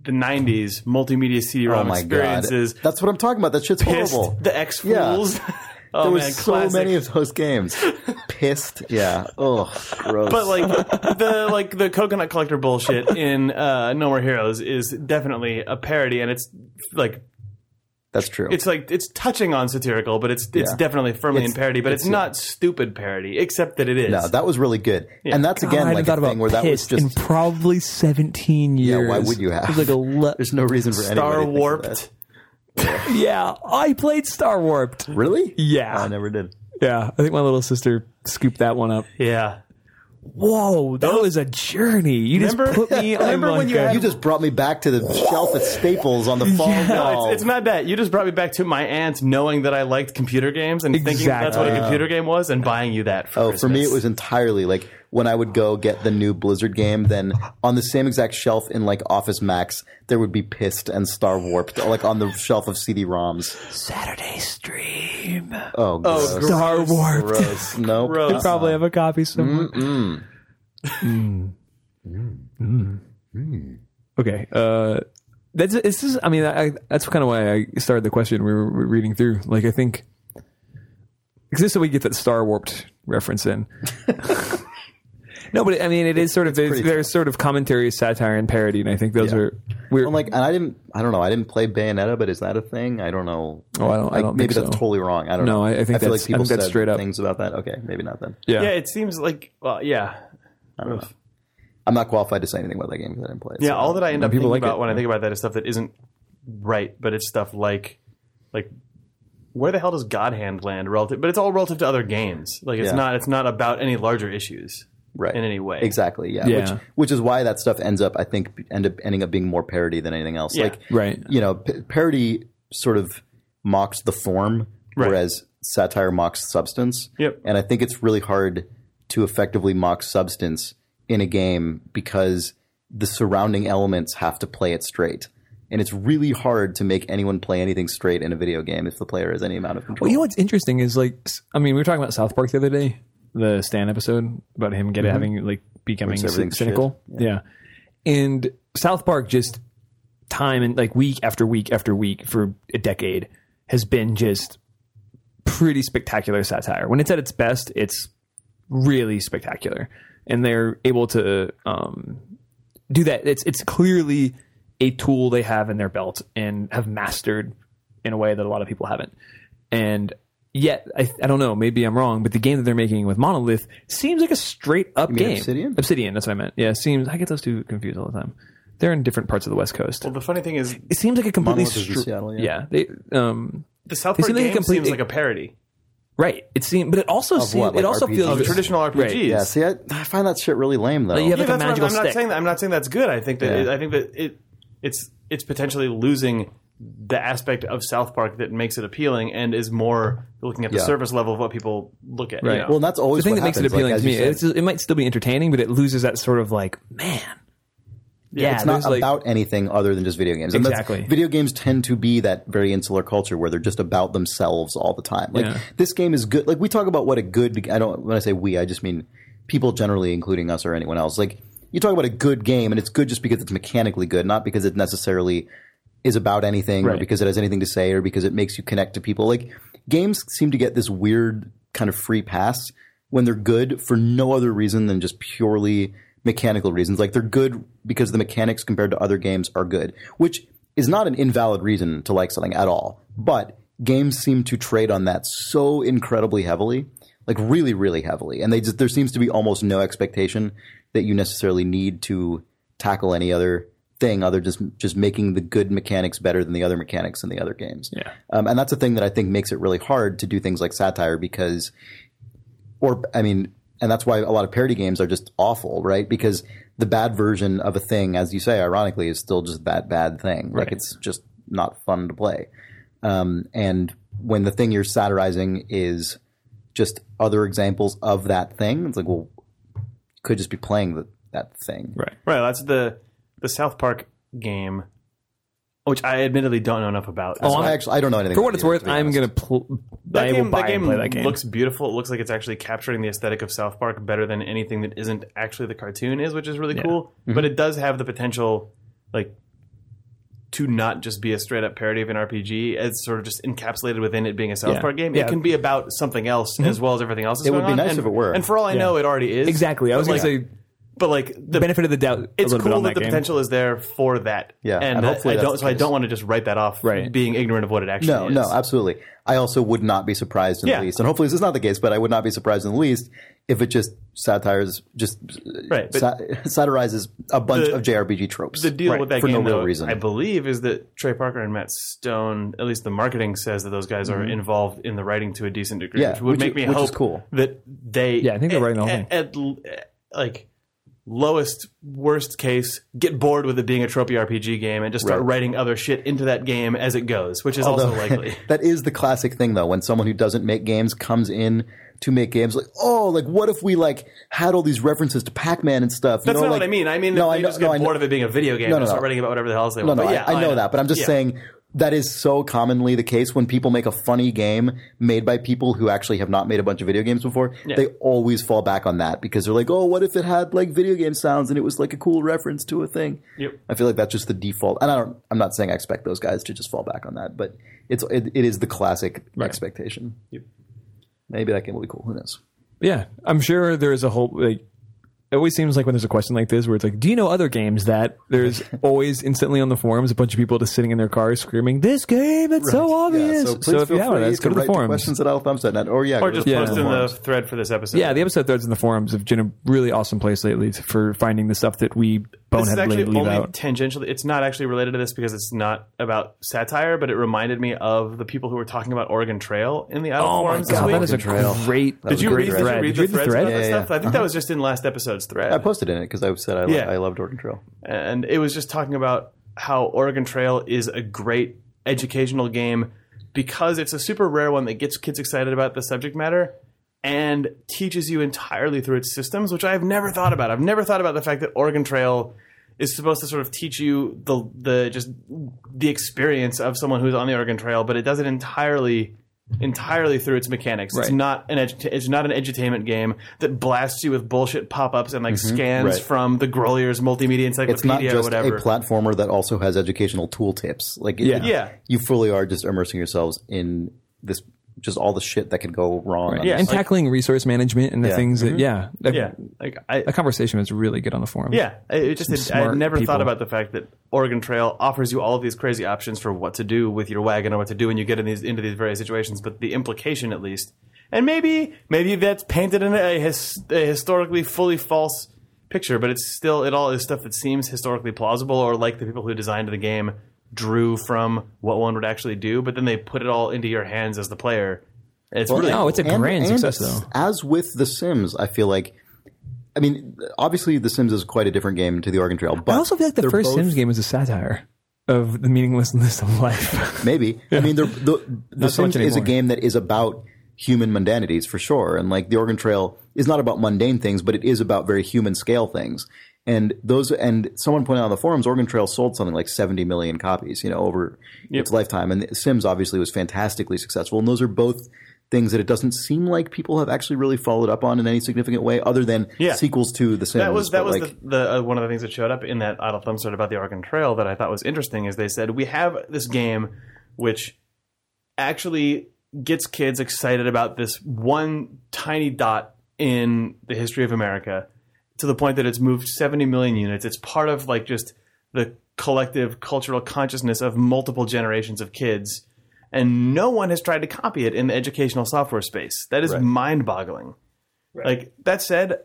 the '90s multimedia
oh
CD-ROM
my god,
experiences,
that's what I'm talking about. That shit's
pissed
horrible.
the X Fools. oh
there was
man,
so
classic.
many of those games. Pissed, yeah. Oh, gross.
But like the like the coconut collector bullshit in uh, No More Heroes is definitely a parody, and it's like
That's true.
it's like it's touching on satirical, but it's it's
Yeah.
definitely firmly
It's-
in parody. But it's,
it's-
not stupid parody, except that it is.
no, that was really good. And that's
God, I
again
hadn't
like
thought
a
about
thing where that was
pissed in
just
probably 17 years.
why would you have?
It was like a le-
there's no reason for
Star
anybody to think of
warped.
that.
yeah, I played Star Warped.
Really? Oh,
Yeah.
I never did.
Yeah, I think my little sister scooped that one up.
Yeah.
Whoa, that was a journey. You
Remember-
just put me on
remember when
like
you
a-
had-
You just brought me back to the shelf at Staples on the fall
No,
wall.
it's, it's not that. You just brought me back to my aunt knowing that I liked computer games and thinking that's what a
Exactly.
computer game was and buying you that. For
Oh, for me,
Christmas.
it was entirely like when I would go get the new Blizzard game. Then on the same exact shelf in like Office Max, there would be Pissed and Star Warped, like on the shelf of CD-ROMs.
Saturday stream.
Oh, gross.
gr-
Star Warped.
gross. No,
Gross.
I probably have a copy somewhere. Mm. Okay. Uh, that's this is. I mean, I, that's kind of why I started the question we were reading through. Like, I think because this is so we get that Star Warped reference in. no, but I mean, it is sort of there's, there's sort of commentary, satire, and parody, and I think those
Yeah.
are we're
I'm like, and I didn't. I don't know. I didn't play Bayonetta, but is that a thing? I don't know.
Oh, I don't- I
Like,
don't
maybe
think
that's
so.
totally wrong. I don't
No,
know.
I- I think
feel
that's-
like
I
people
think that's
said
straight up.
things about that. Okay, maybe not then.
yeah.
Yeah, it seems like well, yeah,
I'm not qualified to say anything about that game because I didn't play it.
yeah.
so-
All that I end up
people
thinking
like
about
it.
when I think about that is stuff that isn't right, but it's stuff like like where the hell does God Hand land relative? But it's all relative to other games. Like it's
Yeah.
not it's not about any larger issues
right
in any way.
Exactly. Yeah.
Yeah.
Which, which is why that stuff ends up, I think, end up ending up being more parody than anything else.
Yeah.
Like,
Right.
You know, p- parody sort of mocks the form,
Right.
whereas satire mocks substance.
Yep.
And I think it's really hard to effectively mock substance in a game because the surrounding elements have to play it straight. And it's really hard to make anyone play anything straight in a video game if the player has any amount of control.
Well, you know what's interesting is like, s- I mean, we were talking about South Park the other day, the Stan episode about him getting having like becoming
Thinks
c-
everything's
cynical. Yeah. and South Park just time and like week after week after week for a decade has been just pretty spectacular satire. When it's at its best, it's really spectacular, and they're able to um, do that. It's it's clearly a tool they have in their belt and have mastered in a way that a lot of people haven't. And yet, I, I don't know. Maybe I'm wrong, but the game that they're making with Monolith seems like a straight up
mean
game.
Obsidian?
Obsidian, that's what I meant. Yeah, seems. I get those two confused all the time. They're in different parts of the West Coast.
Well, the funny thing is,
it seems like a completely
Monolith is in
str-
Seattle, yeah.
yeah. They um
the South
It
Park
seemed like a
game
complete- e-
seems like a parody
right. It seemed, but it also seemed.
what, like
it also
RPGs?
feels
of traditional RPGs.
yeah, see, I, I find that shit really lame, though.
you have
yeah,
like
that's
a
what I'm-
magical
I'm,
stick.
not saying that. I'm not saying that's good. I think that
Yeah.
it, I think that it it's it's potentially losing the aspect of South Park that makes it appealing and is more looking at the
Yeah.
surface level of what people look at. you
Right.
know.
Well, and that's always
the thing
what
that makes it
happens, like,
appealing
as
to me.
you said.
It's, it might still be entertaining, but it loses that sort of like, man. Yeah,
it's not
there's, like-
about anything other than just video games. And that's-
Exactly.
Video games tend to be that very insular culture where they're just about themselves all the time. Like
Yeah.
this game is good. Like we talk about what a good. I don't when I say we, I just mean people generally, including us or anyone else. Like you talk about a good game, and it's good just because it's mechanically good, not because it necessarily is about anything or
Right.
because it has anything to say or because it makes you connect to people. Like games seem to get this weird kind of free pass when they're good for no other reason than just purely mechanical reasons. Like they're good because the mechanics compared to other games are good, which is not an invalid reason to like something at all. But games seem to trade on that so incredibly heavily, like really, really heavily. And they just, there seems to be almost no expectation that you necessarily need to tackle any other thing other just just making the good mechanics better than the other mechanics in the other games.
Yeah.
Um, and that's a thing that I think makes it really hard to do things like satire because or I mean and that's why a lot of parody games are just awful, right? Because the bad version of a thing, as you say, ironically, is still just that bad thing. Like it's just not fun to play. Um, and when the thing you're satirizing is just other examples of that thing, it's like, well, could just be playing the, that thing.
Right.
Right, that's the the South Park game, which I admittedly don't know enough about.
So I actually I don't know anything.
For
about
what it's
either,
worth,
to be
I'm
honest.
gonna pl- I
that
will
game,
buy
that game
and play that game.
looks beautiful. It looks like it's actually capturing the aesthetic of South Park better than anything that isn't actually the cartoon is, which is really cool.
Mm-hmm.
But it does have the potential, like, to not just be a straight up parody of an RPG. It's sort of just encapsulated within it being a South
Yeah.
Park game.
Yeah. Mm-hmm.
It can be about something else as well as everything else. That's
It would
going
be
on.
nice
And-
if it were.
And for all I know, it already is
exactly. I was
But,
gonna
like,
say
but like the
benefit of the doubt. a
it's
little bit
cool
on
that
that
the
game.
potential is there for that.
Yeah,
and,
and
that-
hopefully
I
that's
don't. So
the
I
case.
don't want to just write that off.
Right.
being ignorant of what it actually
No,
is.
no, absolutely. I also would not be surprised in
Yeah.
the least, and hopefully this is not the case, but I would not be surprised in the least if it just satires just
Right, but-
sa- satirizes a bunch
The-
of JRPG tropes.
The deal with that
for
game,
no real
though,
reason.
I believe, is that Trey Parker and Matt Stone, at least the marketing says that those guys are involved in the writing to a decent degree,
Mm-hmm. Yeah,
which would
which
make
is-
me
which is
hope
cool.
that they,
Yeah, I think they're writing the whole
at, at l- at, like lowest worst case get bored with it being a tropey RPG game and just start
Right.
writing other shit into that game as it goes, which is also likely.
that is the classic thing though when someone who doesn't make games comes in to make games like oh like what if we like had all these references to pac-man and stuff
That's not what I mean. I mean, no, they just get
I
bored of it being a video game
No,
and
no,
start
no.
writing about whatever the hell else they
no
want.
no
But
I-
yeah,
I, know that but i'm just
Yeah.
saying that is so commonly the case when people make a funny game made by people who actually have not made a bunch of video games before they always fall back on that because they're like oh what if it had like video game sounds and it was like a cool reference to a thing
Yep.
I feel like that's just the default, and I don't. I'm not saying I expect those guys to just fall back on that, but it's it, it is the classic expectation. Maybe that game will be cool. Who knows?
Yeah, I'm sure there's a whole like. It always seems like when there's a question like this, where it's like, "Do you know other games that?" There's always instantly on the forums a bunch of people just sitting in their cars screaming, "This game, it's so obvious!" so, if you have one, let's go to the
write
forums.
questions at alphamset.net, or yeah,
Or
go to
just
the
post in the
forums.
thread for this episode.
Yeah, the episode threads in the forums have been a really awesome place lately for finding the stuff that we
This is actually
boneheadedly leave
only
out.
tangentially. It's not actually related to this because it's not about satire, but it reminded me of the people who were talking about Oregon Trail in the Idle forums this week.
Oh that is a
Trail.
great.
did, you read, did you
great
read
thread. Did you
the threads about
thread?
that
Uh-huh.
Yeah, yeah.
stuff? I think that was just in last episode's thread.
I posted in it because I said I,
Yeah.
I loved Oregon Trail.
and it was just talking about how Oregon Trail is a great educational game because it's a super rare one that gets kids excited about the subject matter and teaches you entirely through its systems, which I've never thought about. I've never thought about the fact that Oregon Trail is supposed to sort of teach you the the just the experience of someone who's on the Oregon Trail, but it does it entirely entirely through its mechanics. It's
Right.
not an edu- it's not an edutainment game that blasts you with bullshit pop-ups and like scans
right.
from the Grolier's multimedia encyclopedia
It's not
or
just a
whatever.
platformer that also has educational tooltips. Like, it-
Yeah.
Yeah.
you fully are just immersing yourselves in this, just all the shit that could go wrong. on
Yeah. Mm-hmm.
this.
And tackling resource management and the
Yeah.
things that yeah, that,
yeah, like I,
that conversation was really good on the forum.
yeah, I- it just I
smart
had never thought
people.
about the fact that Oregon Trail offers you all of these crazy options for what to do with your wagon or what to do when you get in these into these various situations. But the implication, at least, and maybe maybe that's painted in a, his, a historically fully false picture, but it's still it all is stuff that seems historically plausible or like the people who designed the game drew from what one would actually do, but then they put it all into your hands as the player. It's really
no, Oh, it's a grand success
as-
though.
As with The Sims, I feel like, I mean, obviously The Sims is quite a different game to the Oregon Trail, but
I also feel like the
they're
first
both-
Sims game is a satire of the meaninglessness of life.
Maybe I mean, they're, the The
so much
Sims is a
anymore.
game that is about human mundanities for sure, and like the Oregon Trail is not about mundane things, but it is about very human scale things. And those, and someone pointed out on the forums, Oregon Trail sold something like 70 million copies, you know, over its lifetime. And The Sims obviously was fantastically successful. And those are both things that it doesn't seem like people have actually really followed up on in any significant way, other than
Yeah.
sequels to The Sims.
That was that
but,
was
like,
the, the uh, one of the things that showed up in that idle thumb sort about the Oregon Trail that I thought was interesting is they said we have this game which actually gets kids excited about this one tiny dot in the history of America to the point that it's moved 70 million units. It's part of like just the collective cultural consciousness of multiple generations of kids and no one has tried to copy it in the educational software space. That is mind-boggling. Like that said,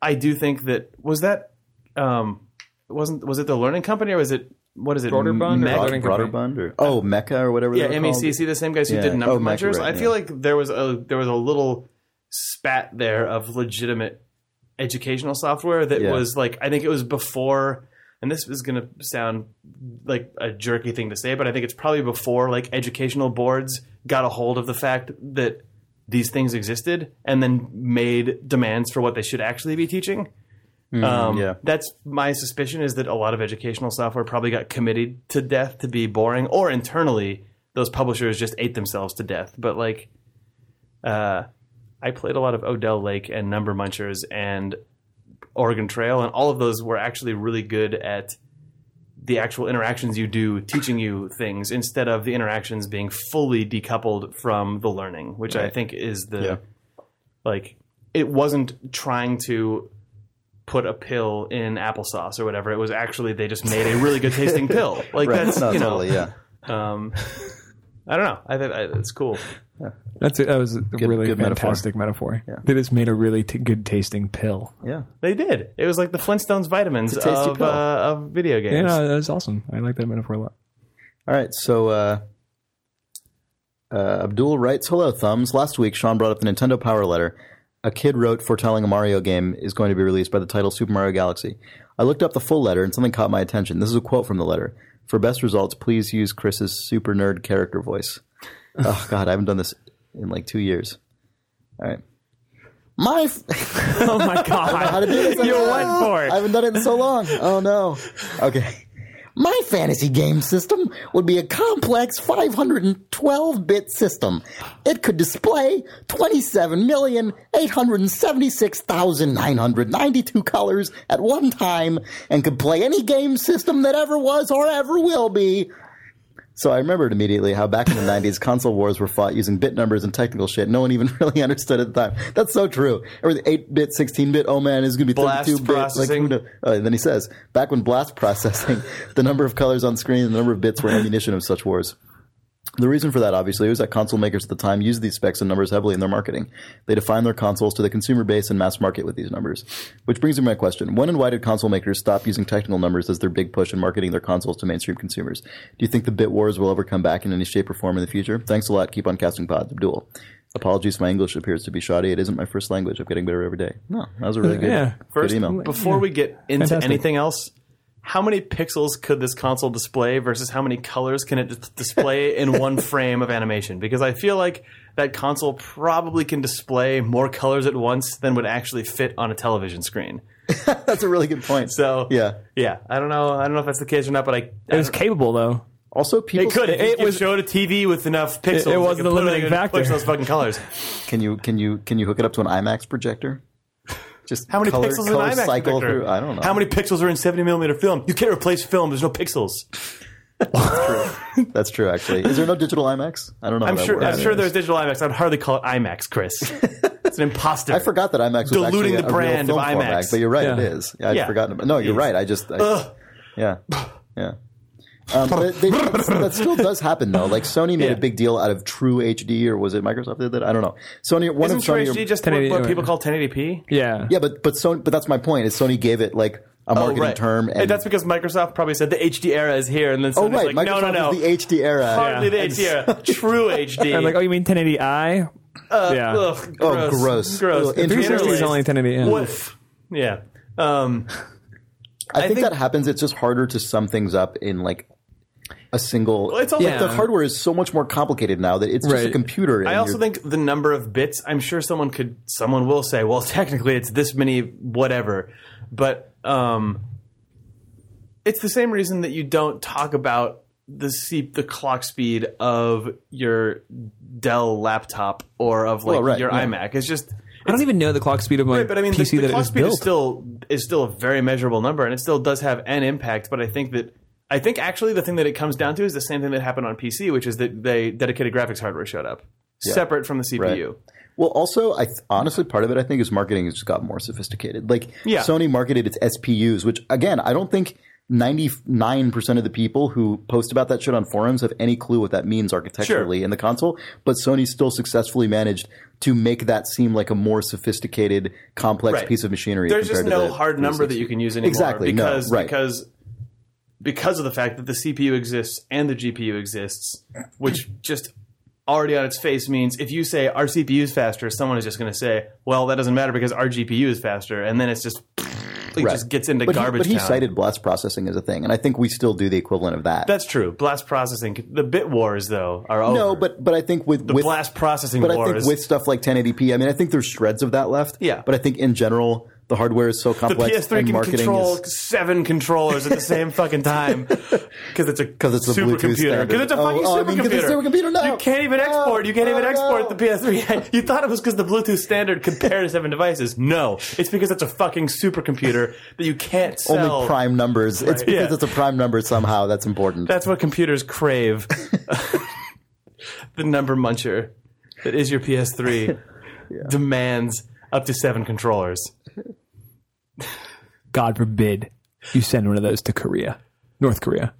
I do think that was that um wasn't was it the learning company or was it what is it
Broderbund or
Mech?
Learning Company?
Broderbund or oh Mecca or whatever.
yeah
they were called.
MECC the same guys who
Yeah.
did Number
Oh, Mech,
Munchers
right,
I feel like there was a there was a little spat there of legitimate educational software that
Yeah.
was like I think it was before and this is going to sound like a jerky thing to say but I think it's probably before like educational boards got a hold of the fact that these things existed and then made demands for what they should actually be teaching um,
yeah.
That's my suspicion is that a lot of educational software probably got committed to death to be boring, or internally those publishers just ate themselves to death. But like, uh, I played a lot of Odell Lake and Number Munchers and Oregon Trail, and all of those were actually really good at the actual interactions you do teaching you things instead of the interactions being fully decoupled from the learning, which I think is the
Yeah.
like it wasn't trying to put a pill in applesauce or whatever. It was actually they just made a really good tasting pill. Like that's
no,
you know,
totally, yeah.
um, I don't know. I think I- it's cool.
That's it. That was a really
good metaphor.
fantastic metaphor. They just made a really t- good tasting pill.
Yeah.
They did. It was like the Flintstones vitamins
It's a tasty
of,
pill.
uh, of video games.
Yeah, no, that was awesome. I like that metaphor a lot.
All right, so uh, uh, Abdul writes, "Hello, thumbs. Last week, Sean brought up the Nintendo Power letter. A kid wrote foretelling a Mario game is going to be released by the title Super Mario Galaxy. I looked up the full letter, and something caught my attention. This is a quote from the letter: For best results, please use Chris's super nerd character voice. oh God, I haven't done this in like two years. All right, my." F-
oh my
how
god!
to do this.
You
Oh,
went for it.
I haven't done it in so long. Oh no. Okay. My fantasy game system would be a complex 512 bit system. It could display 27,876,992 colors at one time and could play any game system that ever was or ever will be. So I remembered immediately how back in the 90s, console wars were fought using bit numbers and technical shit. No one even really understood at the time. That's so true. Everything 8 bit, 16 bit, oh man, is going to be
Blast
32 bit. Like,
processing.
who kno- uh, then he says, back when blast processing, the number of colors on screen and the number of bits were ammunition of such wars. The reason for that, obviously, was that console makers at the time used these specs and numbers heavily in their marketing. They defined their consoles to the consumer base and mass market with these numbers. Which brings me to my question. When and why did console makers stop using technical numbers as their big push in marketing their consoles to mainstream consumers? Do you think the bit wars will ever come back in any shape or form in the future? Thanks a lot. Keep on casting pods. Abdul. Apologies if my English appears to be shoddy. It isn't my first language. I'm getting better every day. No, that was a really good,
Yeah.
First,
good email.
before we get into
Fantastic.
anything else, how many pixels could this console display versus how many colors can it dis- display in one frame of animation? Because I feel like that console probably can display more colors at once than would actually fit on a television screen.
That's a really good point.
So
Yeah.
yeah. I don't know. I don't know if that's the case or not, but I, I
It was
don't-
capable though.
Also, people
It could. It,
it was-
was showed a TV with enough pixels.
it was
could
the
put
limiting
in-
factor.
Push those fucking colors.
Can you can you can you hook it up to an IMAX projector? Just
How many
color,
pixels
color
in IMAX
cycle
projector?
through? I don't know.
How many pixels are in seventy millimeter film? You can't replace film. There's no pixels.
That's true. Actually, is there no digital IMAX? I don't know.
I'm
how
sure.
That works.
I'm sure there's digital IMAX. I'd hardly call it IMAX, Chris. it's an imposter.
I forgot that IMAX was
Diluting
actually
the
a- a real
brand of
film format,
IMAX.
but you're right,
Yeah.
it is. Yeah, I'd
Yeah.
forgotten. About, no, you're right. I just, I, yeah, yeah. Um, but it- they- that still does happen though. Like Sony made
Yeah.
a big deal out of True HD, or was it Microsoft that did that? I don't know. Sony, one
Isn't
of Sony,
True HD just what,
1080p,
what people
right?
call 1080p?
Yeah.
yeah, but but Sony, but that's my point. Is Sony gave it like a marketing
Oh,
term, and
Oh, Hey, that's because Microsoft probably said the HD era is here, and then
oh
Sony's
right,
like, no,
Microsoft
no, no,
is the HD era.
hardly the HD era, true HD.
I'm like, oh, you mean 1080i? yeah.
Ugh,
Oh,
gross,
gross.
gross.
Ugh, 360
is only 1080, yeah.
Woof. Yeah. Um,
I, think,
think-
that happens. It's just harder to sum things up in like a single.
Well, it's also-
like the
Yeah.
hardware is so much more complicated now that it's just a
Right.
computer. and
I also
you're-
think the number of bits. I'm sure someone could, someone will say, well, technically it's this many, whatever. But um, it's the same reason that you don't talk about the C- the clock speed of your Dell laptop or of like
Well, right,
your
yeah.
iMac. It's just.
I don't even know the clock speed of my
Right, but I mean, the-
PC
the,
that it
clock
was
speed
built.
is still is still a very measurable number, and it still does have an impact. But I think that I think actually the thing that it comes down to is the same thing that happened on PC, which is that they dedicated graphics hardware showed up separate from the CPU.
Well, also, I th- honestly, part of it I think is marketing has just gotten more sophisticated. Like
Yeah.
Sony marketed its SPUs, which again, I don't think. 99% of the people who post about that shit on forums have any clue what that means architecturally in the console, but Sony still successfully managed to make that seem like a more sophisticated, complex
Right.
piece of machinery.
There's
compared
just
to
no
the
hard number that you can use anymore.
Exactly, no,
because
right.
because because of the fact that the CPU exists and the GPU exists, which just already on its face means if you say our CPU is faster, someone is just going to say, well, that doesn't matter because our GPU is faster, and then it's just it
Right.
just gets into
but
garbage.
He, but he
town.
cited blast processing as a thing, and I think we still do the equivalent of that.
That's true. Blast processing. The bit wars, though, are over.
no, but but I think with
the
with
blast processing
but I
wars.
think with stuff like 1080p, I mean, I think there's shreds of that left.
Yeah.
but I think in general the hardware is so
the
complex
PS3
and
can
marketing
control
is.
seven controllers at the same fucking time because it's a because
it's a Bluetooth
supercomputer
standard.
because it's a
Oh,
fucking
oh, I mean, 'cause
supercomputer.
it's a supercomputer now.
You can't even
No,
export. You can't even
no,
export
no.
the PS3. you thought it was because the Bluetooth standard could pair to seven devices. No, it's because it's a fucking supercomputer that you can't sell.
Only prime numbers. It's because
yeah.
it's a prime number somehow. That's important.
That's what computers crave. the number muncher that is your PS3 demands up to seven controllers.
God forbid you send one of those to Korea, North Korea,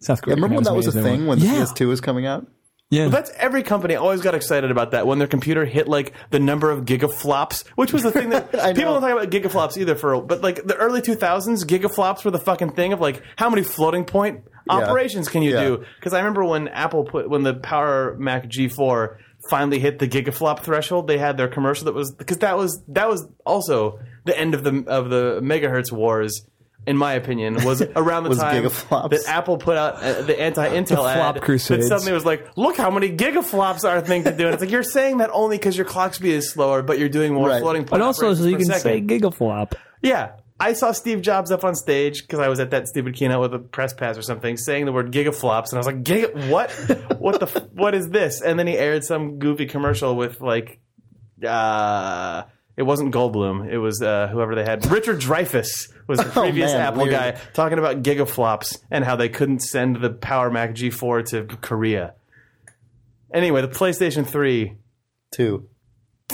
South Korea.
Remember when
Not
that
as
was a
many as they
thing
want.
when
yeah,
the PS2 was coming out?
yeah.
That's every company always got excited about that when their computer hit like the number of gigaflops, which was the thing that
I
people
know.
don't talk about gigaflops either for but like the early 2000s gigaflops were the fucking thing of like how many floating point operations can you
Yeah.
do? Cuz I remember when Apple put when the Power Mac G4 finally hit the gigaflop threshold, they had their commercial that was cuz that was that was also the end of the of the megahertz wars. In my opinion, was around the
Was
time
gigaflops.
that Apple put out uh, the anti-Intel
flop
ad
crusades.
that suddenly was like, look how many gigaflops our thing can do. And it's like, you're saying that only because your clock speed is slower, but you're doing more
Right.
floating point
but also, so
operations
you
per
can say
second.
gigaflop.
Yeah. I saw Steve Jobs up on stage because I was at that stupid keynote with a press pass or something saying the word gigaflops. And I was like, giga, what? what the, f- what is this? And then he aired some goofy commercial with like, uh, it wasn't Goldblum. It was uh, whoever they had. Richard Dreyfuss was the previous
Oh, man,
Apple
weird.
guy talking about gigaflops and how they couldn't send the Power Mac G4 to Korea. Anyway, the PlayStation 3
Two.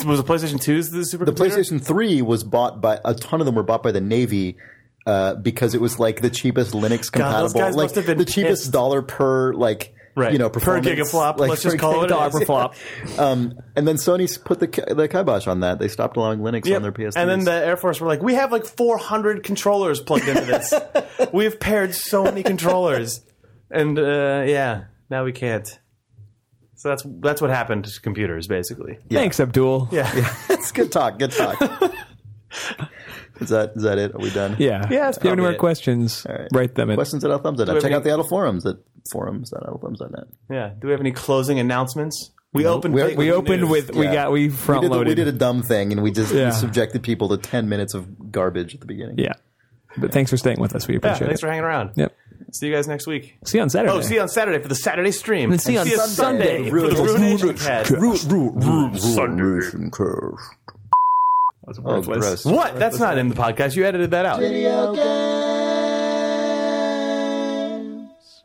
was the PlayStation 2's the super
The PlayStation 3 was bought by a ton of them were bought by the Navy. Uh, because it was like the cheapest Linux
God,
compatible,
those guys
like
must have been
the cheapest
pissed.
dollar per like
Right.
you know
Per
performance,
gigaflop, let's
per
just call it a dollar per
gigaflop. um, and then Sony s- put the ki- the kibosh on that. They stopped allowing Linux on their
Yep.
PS3s.
And then the Air Force were like, we have like 400 controllers plugged into this. We've paired so many controllers. And uh, yeah, now we can't. So that's that's what happened to computers, basically.
Thanks, Abdul. Yeah,
It's good talk. Good talk. is that is that it? Are we done?
yeah.
Yeah, that's
If you have
probably
any more
it.
questions, write them. At,
Questions at
we
allthumbs.net.
have
Check
any-
out the Idle forums at forums.idlethumbs.net.
Yeah. Do we have any closing announcements? We opened.
We-
big
we
we
news.
opened with we
Yeah.
got we
We
front
did, the-
loaded.
we did a dumb thing and we just we
Yeah.
subjected people to 10 minutes of garbage at the beginning.
yeah, but thanks for staying with us. We
Yeah,
appreciate
thanks
it.
for hanging around.
Yep.
See you guys next week.
See you on Saturday.
Oh, see you on Saturday for the Saturday stream.
And see you on
us
Sunday
Sunday
for
for the
the
Ruination Cast.
Sunday. Oh, gross.
What? That's not in the podcast. You edited that out.
Video games.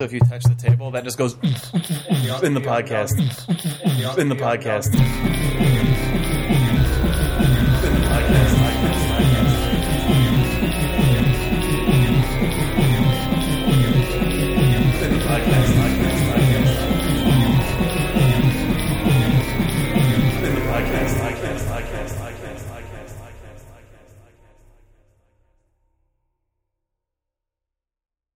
So if you touch the table, that just goes in the podcast. In the podcast.